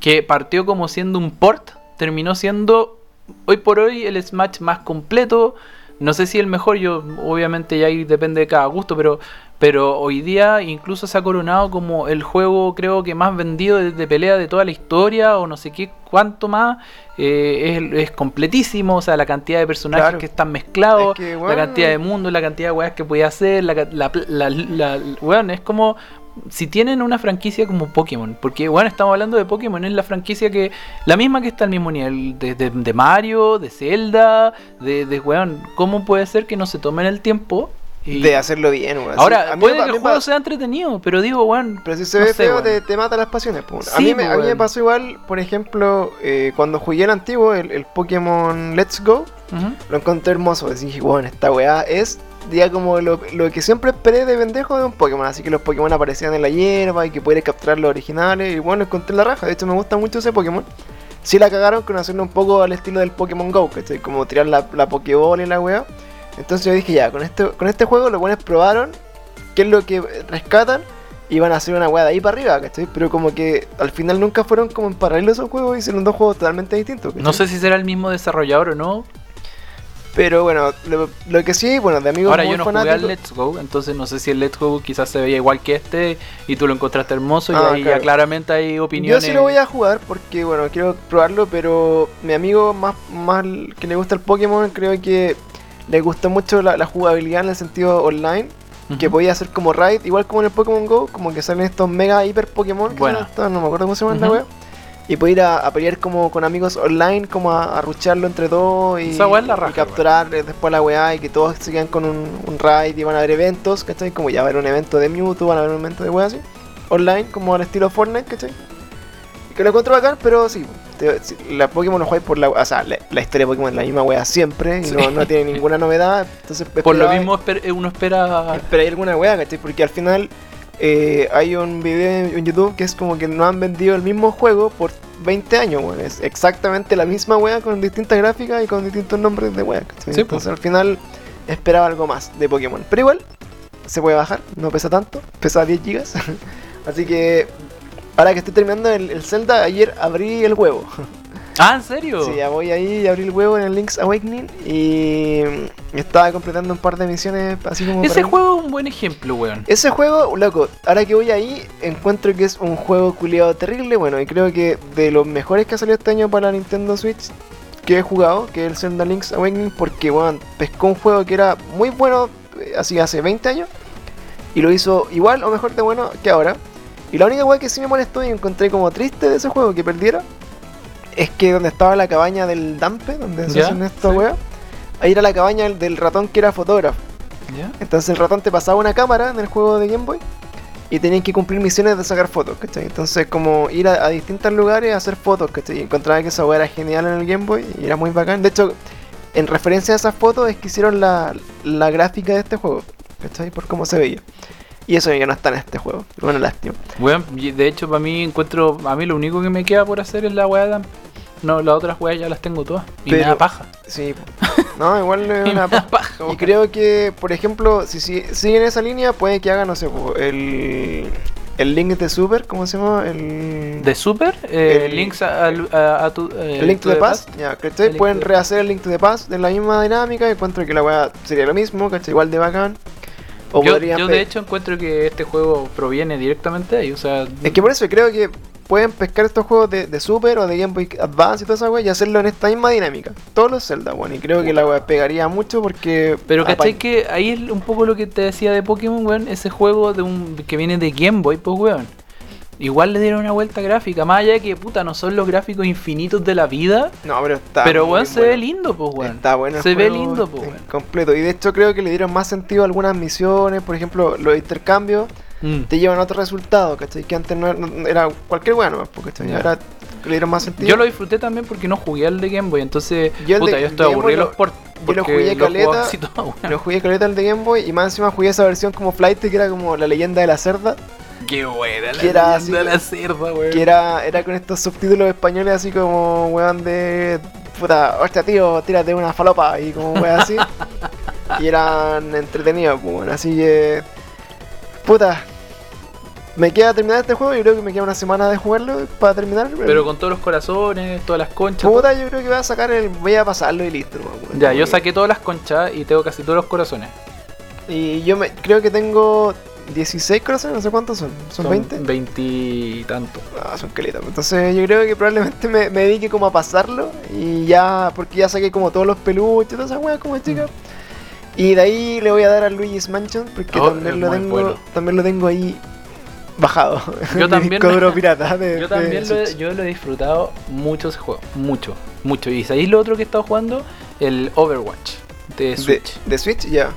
S2: que partió como siendo un port, terminó siendo hoy por hoy el Smash más completo. No sé si el mejor, yo obviamente ya ahí depende de cada gusto, pero, pero hoy día incluso se ha coronado como el juego creo que más vendido de, de pelea de toda la historia o no sé qué, cuánto más. Eh, es, es completísimo, o sea, la cantidad de personajes
S1: Claro.
S2: que están mezclados,
S1: Es que,
S2: la
S1: weón,
S2: cantidad de mundos, la cantidad de weas que podía hacer, la, ca- la, pl- la, la- weón, es como si tienen una franquicia como Pokémon, porque bueno, estamos hablando de Pokémon, es la franquicia que, la misma que está al mismo nivel, de, de- de Mario, de Zelda, de, de weón, ¿cómo puede ser que no se tomen el tiempo? Y-
S1: De hacerlo bien, weón. Sí,
S2: ahora,
S1: a mí me
S2: puede
S1: pa-
S2: que
S1: a mí
S2: el
S1: me pa-
S2: juego sea entretenido, pero digo, weón,
S1: Pero si se
S2: no
S1: ve
S2: sé,
S1: feo,
S2: weón.
S1: te, te mata las pasiones. po. a,
S2: Sí,
S1: mí me,
S2: po,
S1: a mí me
S2: weón.
S1: pasó igual, por ejemplo, eh, cuando jugué el antiguo, el, el Pokémon Let's Go,
S2: Ujú.
S1: lo encontré hermoso. pues, Y dije, bueno, esta weá es ya como lo, lo que siempre esperé de pendejo de un Pokémon. Así que los Pokémon aparecían en la hierba y que puedes capturar los originales. Y bueno, encontré la raja. De hecho, me gusta mucho ese Pokémon. Sí la cagaron con hacerlo un poco al estilo del Pokémon Go, ¿cachai? Como tirar la, la Pokéball y la weá. Entonces yo dije, ya, con este, con este juego los buenos probaron qué es lo que rescatan y van a hacer una weá de ahí para arriba, ¿cachai? Pero como que al final nunca fueron como en paralelo esos juegos, hicieron dos juegos totalmente distintos.
S2: No
S1: ¿cachai?
S2: sé si será el mismo desarrollador o no.
S1: Pero bueno, lo, lo que sí, bueno, de amigos
S2: Ahora
S1: muy
S2: yo no jugué
S1: fanáticos-
S2: al Let's Go, entonces no sé si el Let's Go quizás se veía igual que este y tú lo encontraste hermoso y
S1: Ah,
S2: ahí
S1: claro.
S2: ya claramente hay opiniones.
S1: Yo sí lo voy a jugar porque, bueno, quiero probarlo, pero mi amigo más, más que le gusta el Pokémon, creo que le gustó mucho la, la jugabilidad en el sentido online,
S2: Ujú.
S1: que podía hacer como raid, igual como en el Pokémon Go, como que salen estos mega hiper Pokémon, que
S2: Bueno.
S1: son estos, no me acuerdo cómo se llaman la
S2: Ujú.
S1: wea, y podía ir a, a pelear como con amigos online, como a, a rucharlo entre dos y,
S2: Esa wea es la
S1: y
S2: raja,
S1: capturar eh, después la weá y que todos sigan con un, un raid y van a haber eventos, ¿cachai? Como ya va a haber un evento de Mewtwo, van a haber un evento de weá así online, como al estilo Fortnite, ¿cachai? Que lo encuentro bacán, pero sí, te- si- la Pokémon lo jugáis por la. O sea, la, la historia de Pokémon es la misma wea siempre, y
S2: Sí.
S1: no, no tiene ninguna novedad. Entonces,
S2: Por lo
S1: esperaba-
S2: mismo esper- eh, uno espera
S1: esperáis alguna wea, ¿cachai? Porque al final eh, hay un video en en YouTube que es como que no han vendido el mismo juego por 20 años, weón. Es exactamente la misma wea con distintas gráficas y con distintos nombres de wea, ¿cachai?
S2: Sí,
S1: Entonces al final esperaba algo más de Pokémon. Pero igual, se puede bajar, no pesa tanto, pesa 10 gigas. Así que ahora que estoy terminando el, el Zelda, ayer abrí el huevo.
S2: Ah, ¿en serio?
S1: Sí, ya voy ahí y abrí el huevo en el Link's Awakening y mm, estaba completando un par de misiones así como...
S2: Ese
S1: para-
S2: juego es un buen ejemplo, weón.
S1: ese juego, loco, ahora que voy ahí, encuentro que es un juego culiado terrible, bueno, y creo que de los mejores que ha salido este año para Nintendo Switch que he jugado, que es el Zelda Link's Awakening, porque, bueno, pescó un juego que era muy bueno, eh, así hace 20 años, y lo hizo igual o mejor de bueno que ahora. Y la única weá que sí me molestó y encontré como triste de ese juego que perdiera, es que donde estaba la cabaña del Dampe, donde se
S2: Ya,
S1: hacen esta
S2: sí.
S1: weá, ahí era la cabaña del- del ratón que era fotógrafo.
S2: ¿Ya?
S1: Entonces el ratón te pasaba una cámara en el juego de Game Boy y tenías que cumplir misiones de sacar fotos, ¿cachai? Entonces como ir a, a distintos lugares a hacer fotos, ¿cachai? Y encontraba que esa hueá era genial en el Game Boy y era muy bacán. De hecho, en referencia a esas fotos es que hicieron la, la gráfica de este juego, ¿cachai? Por cómo se veía. Y eso ya no está en este juego. Bueno, lástima.
S2: Weón, y de hecho, para mí encuentro. A mí lo único que me queda por hacer es la weá. de- No, las otras weas ya las tengo todas. Y me
S1: Pero-
S2: da paja.
S1: Sí. No, igual es
S2: Y me
S1: una...
S2: da paja.
S1: Y creo que, por ejemplo, si, si- siguen esa línea, puede que hagan, no sé, po, el, el link de Super, ¿cómo se llama? El...
S2: De Super, eh,
S1: El-
S2: links a, al- a- a tu. eh,
S1: El Link to the Past, ya,
S2: El
S1: ¿cachai?
S2: Link
S1: Pueden
S2: to the
S1: rehacer el Link to the Past de la misma dinámica. Encuentro que la weá sería lo mismo, ¿cachai? Igual de bacán. O
S2: yo,
S1: podrían.
S2: yo
S1: pe-
S2: de hecho encuentro que este juego proviene directamente de ahí. O sea,
S1: Es que por eso creo que pueden pescar estos juegos de, de Super o de Game Boy Advance y toda esa weá y hacerlo en esta misma dinámica. Todos los Zelda, weón. Y creo que la weá pegaría mucho porque.
S2: Pero
S1: apa-
S2: cachai que ahí es un poco lo que te decía de Pokémon, weón. Ese juego de un que viene de Game Boy, pues, weón. Igual le dieron una vuelta gráfica, más allá de que puta, no son los gráficos infinitos de la vida.
S1: No, pero está.
S2: pero
S1: muy
S2: weón, se ve lindo, pues weón.
S1: Está bueno. el
S2: Se ve
S1: juego
S2: lindo, pues
S1: en
S2: weón.
S1: Completo. Y de hecho creo que le dieron más sentido a algunas misiones, por ejemplo, los intercambios
S2: Mm.
S1: te llevan a otro resultado, ¿cachai? Que antes no no- era cualquier bueno, porque esto
S2: Ya.
S1: ahora le dieron más sentido.
S2: Yo lo disfruté también porque no jugué al de Game Boy, entonces
S1: Yo el
S2: puta,
S1: de-
S2: yo estoy
S1: de Game Boy
S2: aburrido de
S1: lo-
S2: los ports.
S1: yo lo jugué caleta, Lo jugué con el de Game Boy y más encima jugué esa versión como Flight que era como la leyenda de la cerda,
S2: Qué buena la
S1: Que era
S2: leyenda
S1: así,
S2: de la cerda, weón.
S1: que era, era con estos subtítulos españoles así como weón de puta, hostia tío, tírate una falopa y como weón así. y eran entretenidos, pues, weón, así que puta. Me queda terminar este juego, yo creo que me queda una semana de jugarlo para terminar.
S2: Pero con todos los corazones, todas las conchas.
S1: Puta, yo creo que voy a sacar el. Voy a pasarlo y listo. weón,
S2: todo.
S1: weón.
S2: Ya, yo
S1: Porque-
S2: saqué todas las conchas y tengo casi todos los corazones.
S1: Y yo me, creo que tengo 16 corazones, no sé cuántos son. ¿Son, 20?
S2: Veintitantos. y tanto.
S1: Ah, son caletas. Entonces yo creo que probablemente me, me dedique como a pasarlo. Y ya, porque ya saqué como todos los peluches, todas esas weas como
S2: Mm.
S1: chicas. Y de ahí le voy a dar a Luigi's Mansion, porque
S2: Oh, es
S1: también, lo
S2: muy
S1: tengo,
S2: bueno.
S1: también lo tengo ahí bajado.
S2: Yo
S1: en mi
S2: también-
S1: disco duro pirata de- de
S2: Yo también lo, he-
S1: Switch.
S2: yo lo he disfrutado mucho ese juego. Mucho, mucho. Y sabéis lo otro que he estado jugando, el Overwatch de
S1: De,
S2: Switch.
S1: de Switch, ya.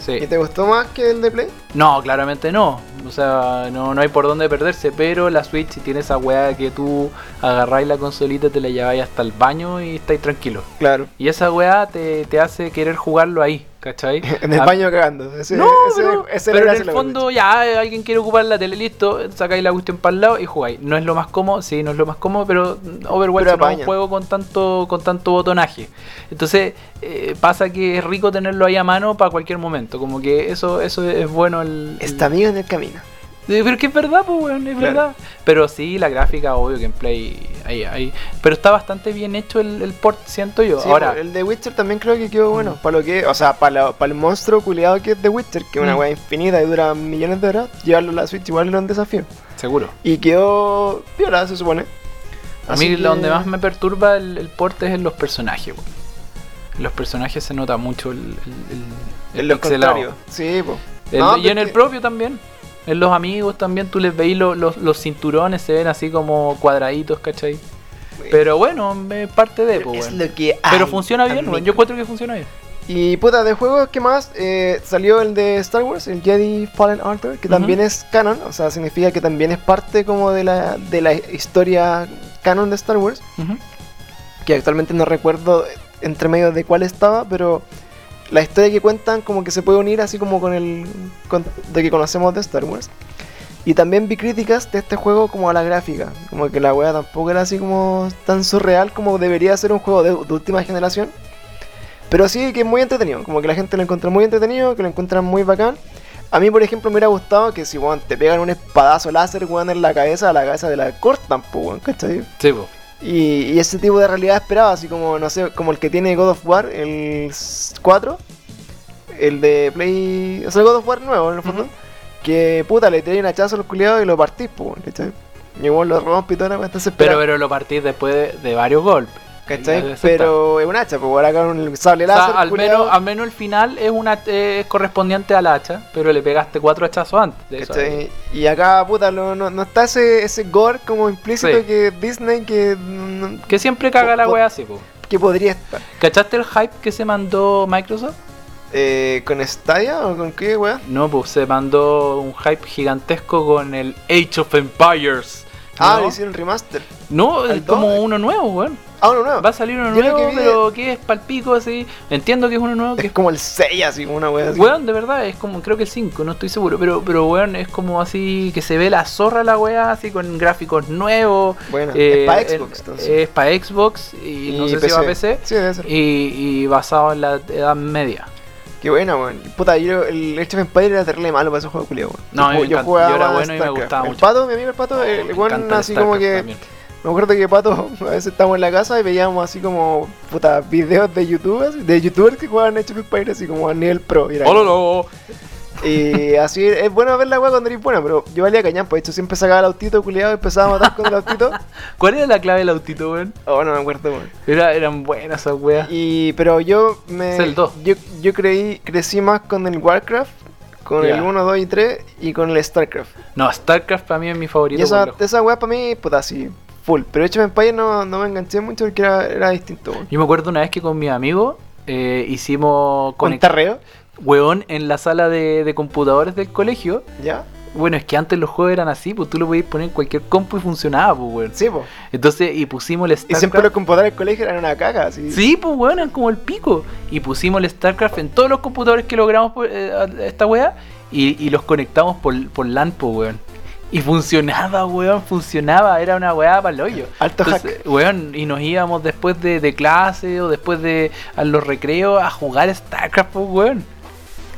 S2: Sí.
S1: ¿Y te gustó más que el de Play?
S2: No, claramente no. O sea, no, no hay por dónde perderse. Pero la Switch si tiene esa weá que tú agarráis la consolita, te la lleváis hasta el baño y estáis tranquilo.
S1: Claro.
S2: Y esa weá te, te hace querer jugarlo ahí, ¿cachai?
S1: En el
S2: A-
S1: baño cagando. Ese,
S2: Ah. no,
S1: ese-
S2: pero,
S1: ese
S2: pero
S1: era
S2: en
S1: ese
S2: el
S1: lo-
S2: fondo ya eh, alguien quiere ocupar la tele, listo, sacáis la cuestión para el lado y jugáis. No es lo más cómodo, sí, no es lo más cómodo, pero mm, Overwatch
S1: Pero
S2: no es un
S1: apaña.
S2: juego con tanto, con tanto botonaje. Entonces, eh, pasa que es rico tenerlo ahí a mano para cualquier momento. Como que eso, eso es bueno el. el-
S1: Está amigo en el camino.
S2: eh, Pero que es verdad, pues, weón, es
S1: Claro.
S2: verdad. Pero sí, la gráfica, obvio que en Play. Ahí, ahí. Pero está bastante bien hecho el, el port, siento yo.
S1: Sí, pues,
S2: Ahora,
S1: el de Witcher también creo que quedó bueno.
S2: Mm.
S1: Para lo que, o sea, para, la- para el monstruo culiado que es The Witcher, que es una
S2: Mm.
S1: weá infinita y dura millones de horas, llevarlo a la Switch igual era un desafío.
S2: seguro.
S1: Y quedó piola, se supone.
S2: A
S1: Así
S2: mí
S1: que-
S2: lo donde más me perturba el, el porte es en los personajes, weón. En los personajes se nota mucho el, el- el- el
S1: En los
S2: pixelado.
S1: contrarios. Sí, po.
S2: El-
S1: No,
S2: y en el
S1: porque-
S2: propio también. En los amigos también tú les veis lo- los, los cinturones, se ven así como cuadraditos, ¿cachai? Pero bueno, es parte de, po, pues, weón.
S1: que
S2: Pero funciona bien, weón. Yo encuentro que funciona bien.
S1: Y puta, de juegos, ¿qué más? Eh, salió el de Star Wars, el Jedi Fallen Order, que
S2: Ujú.
S1: también es canon, o sea, significa que también es parte como de la, de la historia canon de Star Wars.
S2: Ujú.
S1: que actualmente no recuerdo entre medio de cuál estaba, pero la historia que cuentan como que se puede unir así como con el con- de que conocemos de Star Wars. Y también vi críticas de este juego como a la gráfica, como que la wea tampoco era así como tan surreal como debería ser un juego de, de última generación. Pero sí que es muy entretenido, como que la gente lo encuentra muy entretenido, que lo encuentran muy bacán. A mí, por ejemplo, me hubiera gustado que si weón, te pegan un espadazo láser weón, en la cabeza, a la cabeza de la cortan, pues, weón, ¿cachai?
S2: Sí, po.
S1: Y, y ese tipo de realidad esperaba, así como, no sé, como el que tiene God of War, el s- 4, el de Play. O sea, el God of War nuevo, en el fondo.
S2: Ujú.
S1: Que puta, le tiráis un hachazo a los culiados y lo partís, pues, ¿cachai? Y vos lo rompes y toda la weá, entonces
S2: Pero,
S1: espera,
S2: pero lo partís después de, de varios golpes. Ahí
S1: ¿cachai?
S2: acepta.
S1: Pero es un hacha, pues, ahora con el sable
S2: O sea,
S1: láser.
S2: al,
S1: culiao,
S2: menos, al menos el final es una es correspondiente al hacha, pero le pegaste cuatro hachazos antes. de eso.
S1: ¿cachai?
S2: eh.
S1: Y acá, puta, lo- no, no está ese, ese gore como implícito
S2: Sí.
S1: que Disney que, mm,
S2: Que siempre caga la
S1: Po- po-
S2: wea así, po.
S1: que podría estar.
S2: ¿Cachaste el hype que se mandó Microsoft?
S1: Eh, ¿Con Stadia o con qué, weá?
S2: No, pues se mandó un hype gigantesco con el Age of Empires.
S1: Ah,
S2: ¿no?
S1: le hicieron remaster.
S2: No,
S1: al
S2: es como
S1: dos.
S2: uno nuevo, weón.
S1: Ah, uno nuevo.
S2: Va a salir uno
S1: Yo lo
S2: nuevo,
S1: que vi
S2: pero que es palpico así. Entiendo que es uno nuevo, que
S1: Es
S2: es
S1: como el 6, así como una wea así.
S2: Weón, de verdad, es como, creo que el 5, no estoy seguro, pero, pero weón, es como así, que se ve la zorra la weá, así con gráficos nuevos.
S1: Bueno,
S2: eh,
S1: es para Xbox, entonces.
S2: Es para Xbox y, no sé si va a PC.
S1: Sí, debe ser.
S2: Y, y basado en la edad media.
S1: Qué buena, weón. Puta, yo el Age of Empires era terrible malo para esos juegos culiados, weón.
S2: No, a mí me encanta- yo era
S1: a
S2: bueno y me
S1: StarCraft.
S2: gustaba
S1: el
S2: mucho.
S1: Pato, mi amigo el Pato, el
S2: Me
S1: el weón
S2: encanta el
S1: así como
S2: StarCraft
S1: que...
S2: también.
S1: Me acuerdo que Pato, a veces estábamos en la casa y veíamos así como, puta, videos de youtubers, de youtubers que jugaban Age of Empires así como a nivel pro. y era-
S2: Ololo.
S1: Y así es bueno ver la weá cuando eres buena, pero yo valía cañán, pues de hecho siempre sacaba el autito culiado y empezaba a matar con el autito.
S2: ¿Cuál era la clave del autito, weón?
S1: Oh, no me acuerdo, weón.
S2: Era, eran buenas esas weas.
S1: Y, pero yo me.
S2: Es el dos.
S1: Yo, yo creí, crecí más con el Warcraft, Con
S2: Ya.
S1: el 1, 2 y 3 y con el StarCraft.
S2: No, StarCraft para mí es mi favorito.
S1: Y esa,
S2: por lejos.
S1: esa weá para mí, puta, así, full. Pero Age of Empires no, no me enganché mucho porque era, era distinto. weón.
S2: Yo me acuerdo una vez que con mi amigo eh, hicimos
S1: ¿Con
S2: conect-
S1: tarreo?
S2: weón en la sala de, de computadores del colegio.
S1: ¿Ya?
S2: Bueno, es que antes los juegos eran así, pues tú lo podías poner en cualquier compu y funcionaba, pues, weón.
S1: Sí, po.
S2: Entonces, y pusimos el
S1: Y
S2: StarCraft.
S1: siempre los computadores del colegio eran una caca, así.
S2: Sí, pues weón, eran como el pico. Y pusimos el StarCraft en todos los computadores que logramos por, eh, a- a esta weá y, y los conectamos por, por LAN, pues weón. Y funcionaba, weón, funcionaba, era una weá para el hoyo.
S1: Alto hack.
S2: Entonces, weón, y nos íbamos después de, de clase o después de a los recreos a jugar StarCraft, pues weón.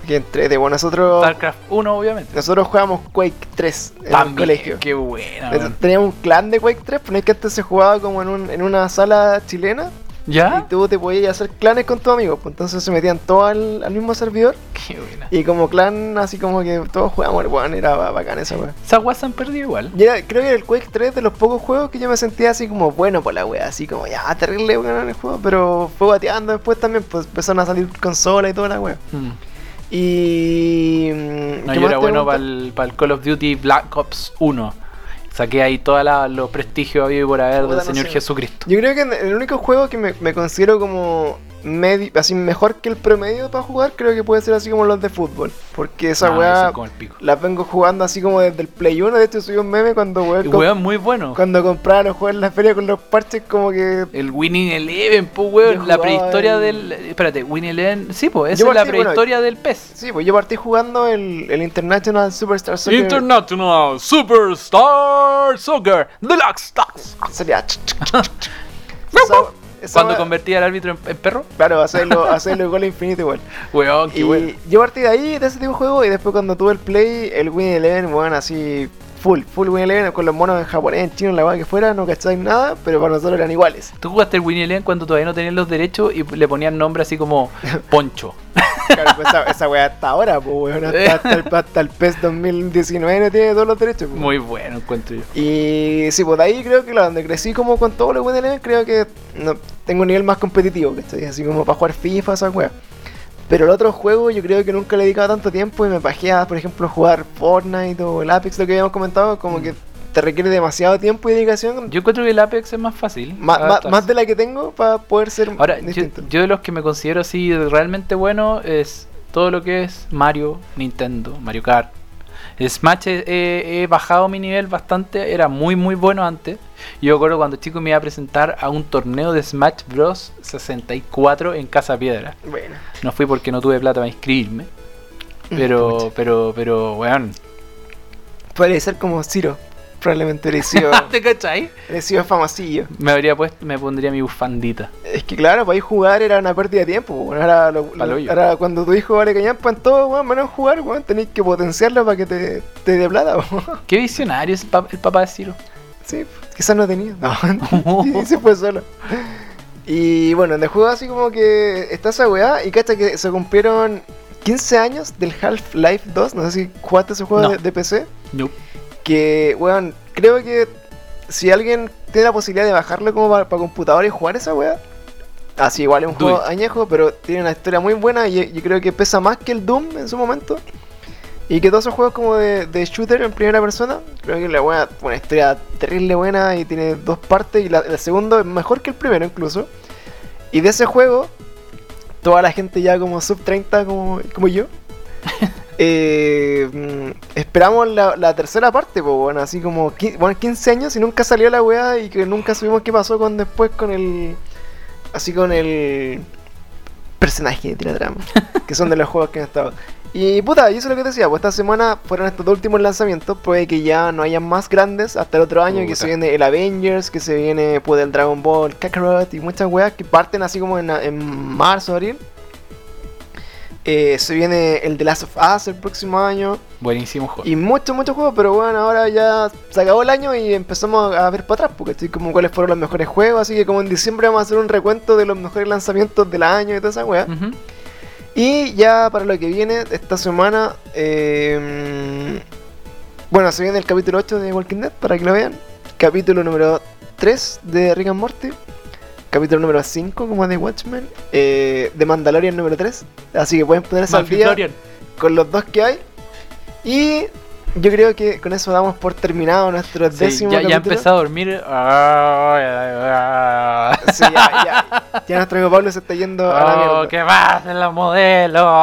S1: Que entrete, bueno, nosotros,
S2: StarCraft 1, obviamente.
S1: nosotros jugábamos Quake 3 Oh. en el
S2: También,
S1: colegio.
S2: Qué buena,
S1: Entonces,
S2: weón.
S1: Teníamos un clan de Quake 3, pero es que antes se jugaba como en, un- en una sala chilena
S2: ¿Ya?
S1: y tú te podías hacer clanes con tus amigos. pues, Entonces se metían todos al, al mismo servidor
S2: Qué buena.
S1: y como clan, así como que todos jugábamos, weón, era ba- bacán esa weá.
S2: Esa weá se han perdido igual.
S1: Y era- creo que era el Quake 3 de los pocos juegos que yo me sentía así como bueno por la wea, así como ya terrible ganar el juego, pero fue bateando después también, pues empezaron a salir consola y toda la wea.
S2: Mm.
S1: Y. mm,
S2: No,
S1: ¿qué
S2: yo
S1: más
S2: era
S1: te
S2: bueno para
S1: pregunta?
S2: el, Call of Duty Black Ops 1. Saqué ahí todos los prestigios habido y por haber
S1: Puta,
S2: del
S1: no
S2: Señor
S1: sé.
S2: Jesucristo.
S1: Yo creo que en- el único juego que me, me considero como medi- así mejor que el promedio para jugar, creo que puede ser así como los de fútbol. Porque esa
S2: No,
S1: wea
S2: Ah, ese es como el pico.
S1: las vengo jugando así como desde el Play 1. De hecho, subí un meme cuando wea,
S2: El
S1: comp-
S2: weón muy bueno.
S1: cuando compraba los juegos en la feria con los parches, como que.
S2: El Winning Eleven, pues
S1: Yo
S2: weón. La
S1: jugaba
S2: prehistoria
S1: en-
S2: del. Espérate, Winning Eleven. Sí, pues,
S1: eh. Yo
S2: esa es la
S1: partí, bueno,
S2: prehistoria del pez.
S1: Sí, pues yo partí jugando el, el International Superstar Soccer.
S2: International Superstar Soccer Deluxe Deluxe.
S1: Sería. ch- ch- ch- ch- esa- esa
S2: Cuando
S1: wea-
S2: convertía al árbitro en, en perro.
S1: Claro, hacerlo, hacerlo gol infinito igual.
S2: Weón, qué
S1: Y
S2: bueno.
S1: yo partí de ahí, de ese tipo de juego, y después cuando tuve el Play, el Win Eleven, bueno, así, full, full Win Eleven, con los monos en japonés, en chino, en la vaga que fuera, no cacháis nada, pero para nosotros eran iguales.
S2: Tú jugaste el Winning Eleven cuando todavía no tenían los derechos y le ponían nombre así como Poncho.
S1: Claro, pues esa, esa weá hasta ahora, pues weón, hasta, hasta el, hasta el PES 2019 no tiene todos los derechos. pues.
S2: Muy bueno, encuentro yo.
S1: Y sí, pues de ahí creo que la donde crecí como con todos los Win Eleven, creo que no, tengo un nivel más competitivo, que estoy así como para jugar FIFA, esa weá. Pero el otro juego yo creo que nunca le dedicaba tanto tiempo y me pajeaba, por ejemplo, jugar Fortnite o el Apex, lo que habíamos comentado, como que te requiere demasiado tiempo y dedicación,
S2: Mm. Yo encuentro que el Apex es más fácil.
S1: ma- ma-
S2: adaptarse.
S1: más de la que tengo para poder ser
S2: Ahora, yo,
S1: distinto.
S2: yo de los que me considero así realmente bueno es todo lo que es Mario, Nintendo, Mario Kart. Smash eh, he, bajado mi nivel bastante, era muy muy bueno antes. Yo recuerdo cuando chico me iba a presentar a un torneo de Smash Bros 64 en Casa Piedra.
S1: Bueno,
S2: No fui porque no tuve plata para inscribirme, Mm. pero pero pero weón.
S1: podría ser como Ciro, probablemente le sido,
S2: ¿Te cachai?
S1: le sido famacillo.
S2: Me habría puesto me pondría mi bufandita.
S1: Es que claro, para ir jugar era una pérdida de tiempo. weón. Ahora, lo-
S2: Pa'l
S1: lo-
S2: hoyo.
S1: ahora cuando tu hijo vale cañampa en todo, weón, menos jugar, weón, tenés que potenciarlo para que te, te dé plata. weón.
S2: Qué visionario es el, pa- el papá de Ciro.
S1: Sí, quizás no tenía. No, y se fue solo. Y bueno, en el juego así como que está esa weá y cacha que se cumplieron 15 años del Half-Life 2. No sé si jugaste ese juego
S2: No.
S1: de, de PC.
S2: No.
S1: Que, weón, creo que si alguien tiene la posibilidad de bajarlo como para, computador y jugar esa weá, así igual es un
S2: Do
S1: juego
S2: it.
S1: añejo, pero tiene una historia muy buena y yo creo que pesa más que el Doom en su momento. Y que todos esos juegos como de, de shooter en primera persona, creo que la weá, una historia terrible buena y tiene dos partes y la, el segundo es mejor que el primero incluso. Y de ese juego, toda la gente ya como sub 30 como, como yo, eh, mm, esperamos la, la tercera parte, pues bueno, así como qui- bueno, 15 años y nunca salió la weá y que nunca supimos qué pasó con después con el... Así con el personaje de Tiratrama, que son de los juegos que han estado. Y puta, y eso es lo que te decía, pues esta semana fueron estos dos últimos lanzamientos, puede que ya no hayan más grandes hasta el otro año, que
S2: Puta.
S1: se viene el Avengers, que se viene pues, el Dragon Ball, Kakarot y muchas weas que parten así como en, en marzo, abril. Eh, se viene el The Last of Us el próximo año.
S2: Buenísimo juego.
S1: Y muchos, muchos juegos, pero bueno, ahora ya se acabó el año y empezamos a ver para atrás, porque estoy como cuáles fueron los mejores juegos, así que como en diciembre vamos a hacer un recuento de los mejores lanzamientos del año y toda esa weá.
S2: Ujú.
S1: Y ya para lo que viene, esta semana, eh, bueno, se viene el capítulo 8 de Walking Dead, para que lo vean. Capítulo número 3 de Rick and Morty. Capítulo número 5 como de Watchmen. Eh, de Mandalorian número 3. Así que pueden ponerse al día
S2: Mandalorian.
S1: con los dos que hay. Y yo creo que con eso damos por terminado nuestro
S2: Sí,
S1: décimo
S2: ya, ya
S1: capítulo.
S2: empecé a dormir.
S1: Sí, ya, ya, ya nuestro amigo Pablo se está yendo a la mierda.
S2: Oh, ¿Qué pasa en Ah, la modelo?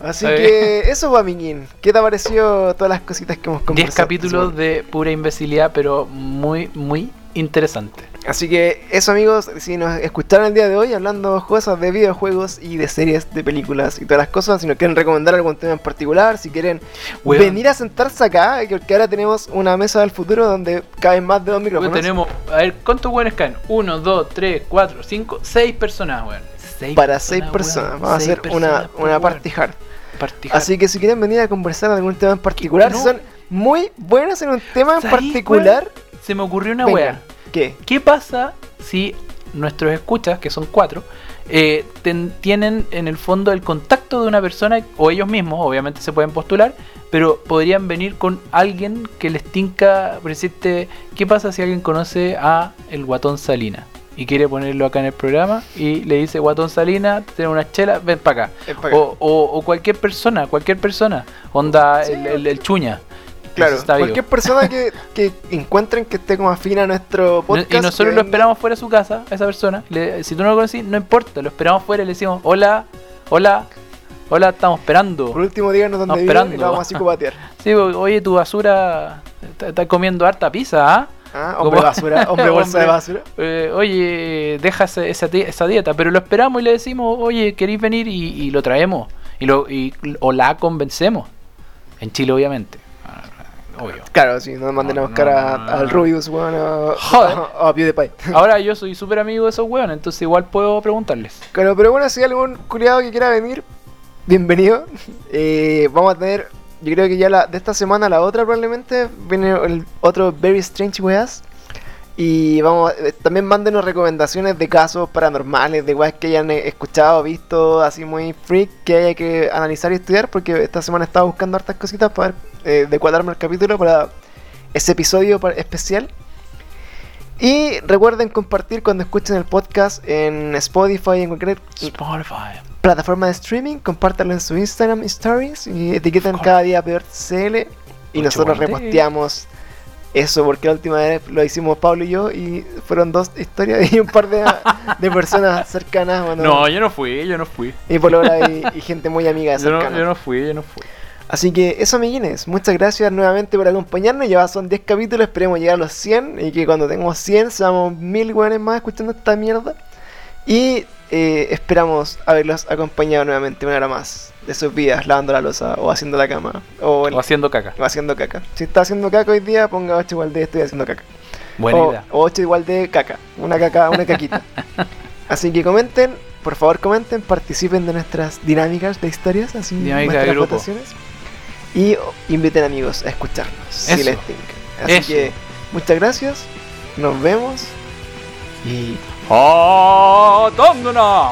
S1: Así
S2: Está
S1: que eso, pues, amiguín. ¿Qué te ha parecido todas las cositas que hemos conversado?
S2: 10 capítulos
S1: Sí.
S2: de pura imbecilidad, pero muy, muy interesante.
S1: Así que eso, amigos, si nos escucharon el día de hoy hablando cosas de videojuegos y de series, de películas y todas las cosas, si nos quieren recomendar algún tema en particular, si quieren
S2: Weón.
S1: venir a sentarse acá, que- porque ahora tenemos una mesa del futuro donde caben más de dos
S2: Weón,
S1: micrófonos.
S2: tenemos, a ver, ¿cuántos weones caen? 1, 2, 3, 4, 5, 6 personas, weón. Seis
S1: para seis personas,
S2: personas, weón.
S1: vamos a
S2: Seis
S1: hacer una,
S2: personas, pues,
S1: una
S2: weón.
S1: party hard.
S2: Partija-
S1: Así que si quieren venir a conversar de algún tema en particular,
S2: no.
S1: si son muy buenas en un tema en
S2: ¿Sabéis,
S1: particular,
S2: Se me ocurrió una
S1: vengan.
S2: wea.
S1: ¿qué?
S2: ¿Qué pasa si nuestros escuchas, que son cuatro, eh, ten- tienen en el fondo el contacto de una persona, o ellos mismos, obviamente se pueden postular, pero podrían venir con alguien que les tinca, por decirte, ¿qué pasa si alguien conoce a el guatón Salina? Y quiere ponerlo acá en el programa y le dice, guatón Salina, tiene una chela, ven para acá.
S1: Es para-
S2: O, o- o cualquier persona, cualquier persona, onda
S1: Sí,
S2: el, el- el chuña.
S1: Claro,
S2: Está vivo.
S1: cualquier persona que, que encuentren que esté como afina a nuestro
S2: No-
S1: podcast.
S2: y nosotros
S1: que
S2: lo
S1: venga.
S2: esperamos fuera de su casa, a esa persona. Le- si tú no lo conocí, no importa, lo esperamos fuera y le decimos, hola, hola, hola, estamos esperando.
S1: Por último, díganos dónde
S2: Estamos
S1: viven y lo
S2: esperando.
S1: vamos a psicopatear.
S2: Sí, o- oye, tu basura está, está comiendo harta pizza, ¿ah?
S1: Ah, Hombre
S2: Como-
S1: basura, hombre bolsa de
S2: Hombre.
S1: basura.
S2: Eh, oye, deja ese- esa, di- esa dieta, pero lo esperamos y le decimos, oye, ¿queréis venir? Y, y lo traemos. Y lo, y, o la convencemos. En Chile, obviamente. Ah, Obvio.
S1: Claro, sí, no manden a
S2: No,
S1: buscar
S2: no,
S1: a-
S2: no, no,
S1: al
S2: no.
S1: Rubius, weón, o
S2: Joder.
S1: o a PewDiePie.
S2: Ahora yo soy súper amigo de esos hueones, entonces igual puedo preguntarles.
S1: Claro, pero bueno, si hay algún culiado que quiera venir, bienvenido. Eh, vamos a tener, yo creo que ya la, de esta semana a la otra probablemente, viene el otro Very Strange Weas. Y vamos, eh, también mándenos recomendaciones de casos paranormales, de weas que hayan eh, escuchado, visto, así muy freak, que haya que analizar y estudiar, porque esta semana estaba buscando hartas cositas para ver, eh, de cuadrarme el capítulo para ese episodio par- especial. Y recuerden compartir cuando escuchen el podcast en Spotify, en cualquier
S2: Spotify.
S1: plataforma de streaming, compártanlo en su Instagram Stories y etiquetan
S2: Of course.
S1: cada día peor CL y
S2: Mucho
S1: nosotros
S2: aguante.
S1: reposteamos eso porque la última vez lo hicimos Pablo y yo y fueron dos historias y un par de, de personas cercanas bueno,
S2: No, yo no fui, yo no fui.
S1: y por ahora y, y gente muy amiga
S2: Yo no,
S1: cercana.
S2: yo no fui, yo no fui.
S1: Así que eso amiguines, muchas gracias nuevamente por acompañarnos, ya son 10 capítulos, esperemos llegar a los 100 y que cuando tengamos 100 seamos mil weones más escuchando esta mierda y eh, esperamos haberlos acompañado nuevamente una hora más de sus vidas, lavando la losa o haciendo la cama o, en-
S2: O haciendo caca.
S1: o haciendo caca. Si está haciendo caca hoy día, ponga 8 igual de estoy haciendo caca.
S2: Buena
S1: o,
S2: idea.
S1: 8 igual de caca, una caca, una caquita. Así que comenten, por favor comenten, participen de nuestras dinámicas de historias, así
S2: Dinámica de
S1: nuestras
S2: grupo.
S1: votaciones. Y oh, inviten amigos a escucharnos, si
S2: Eso.
S1: les tinca. Así
S2: Eso.
S1: que muchas gracias, nos vemos y
S2: ¡Oh, tóndona!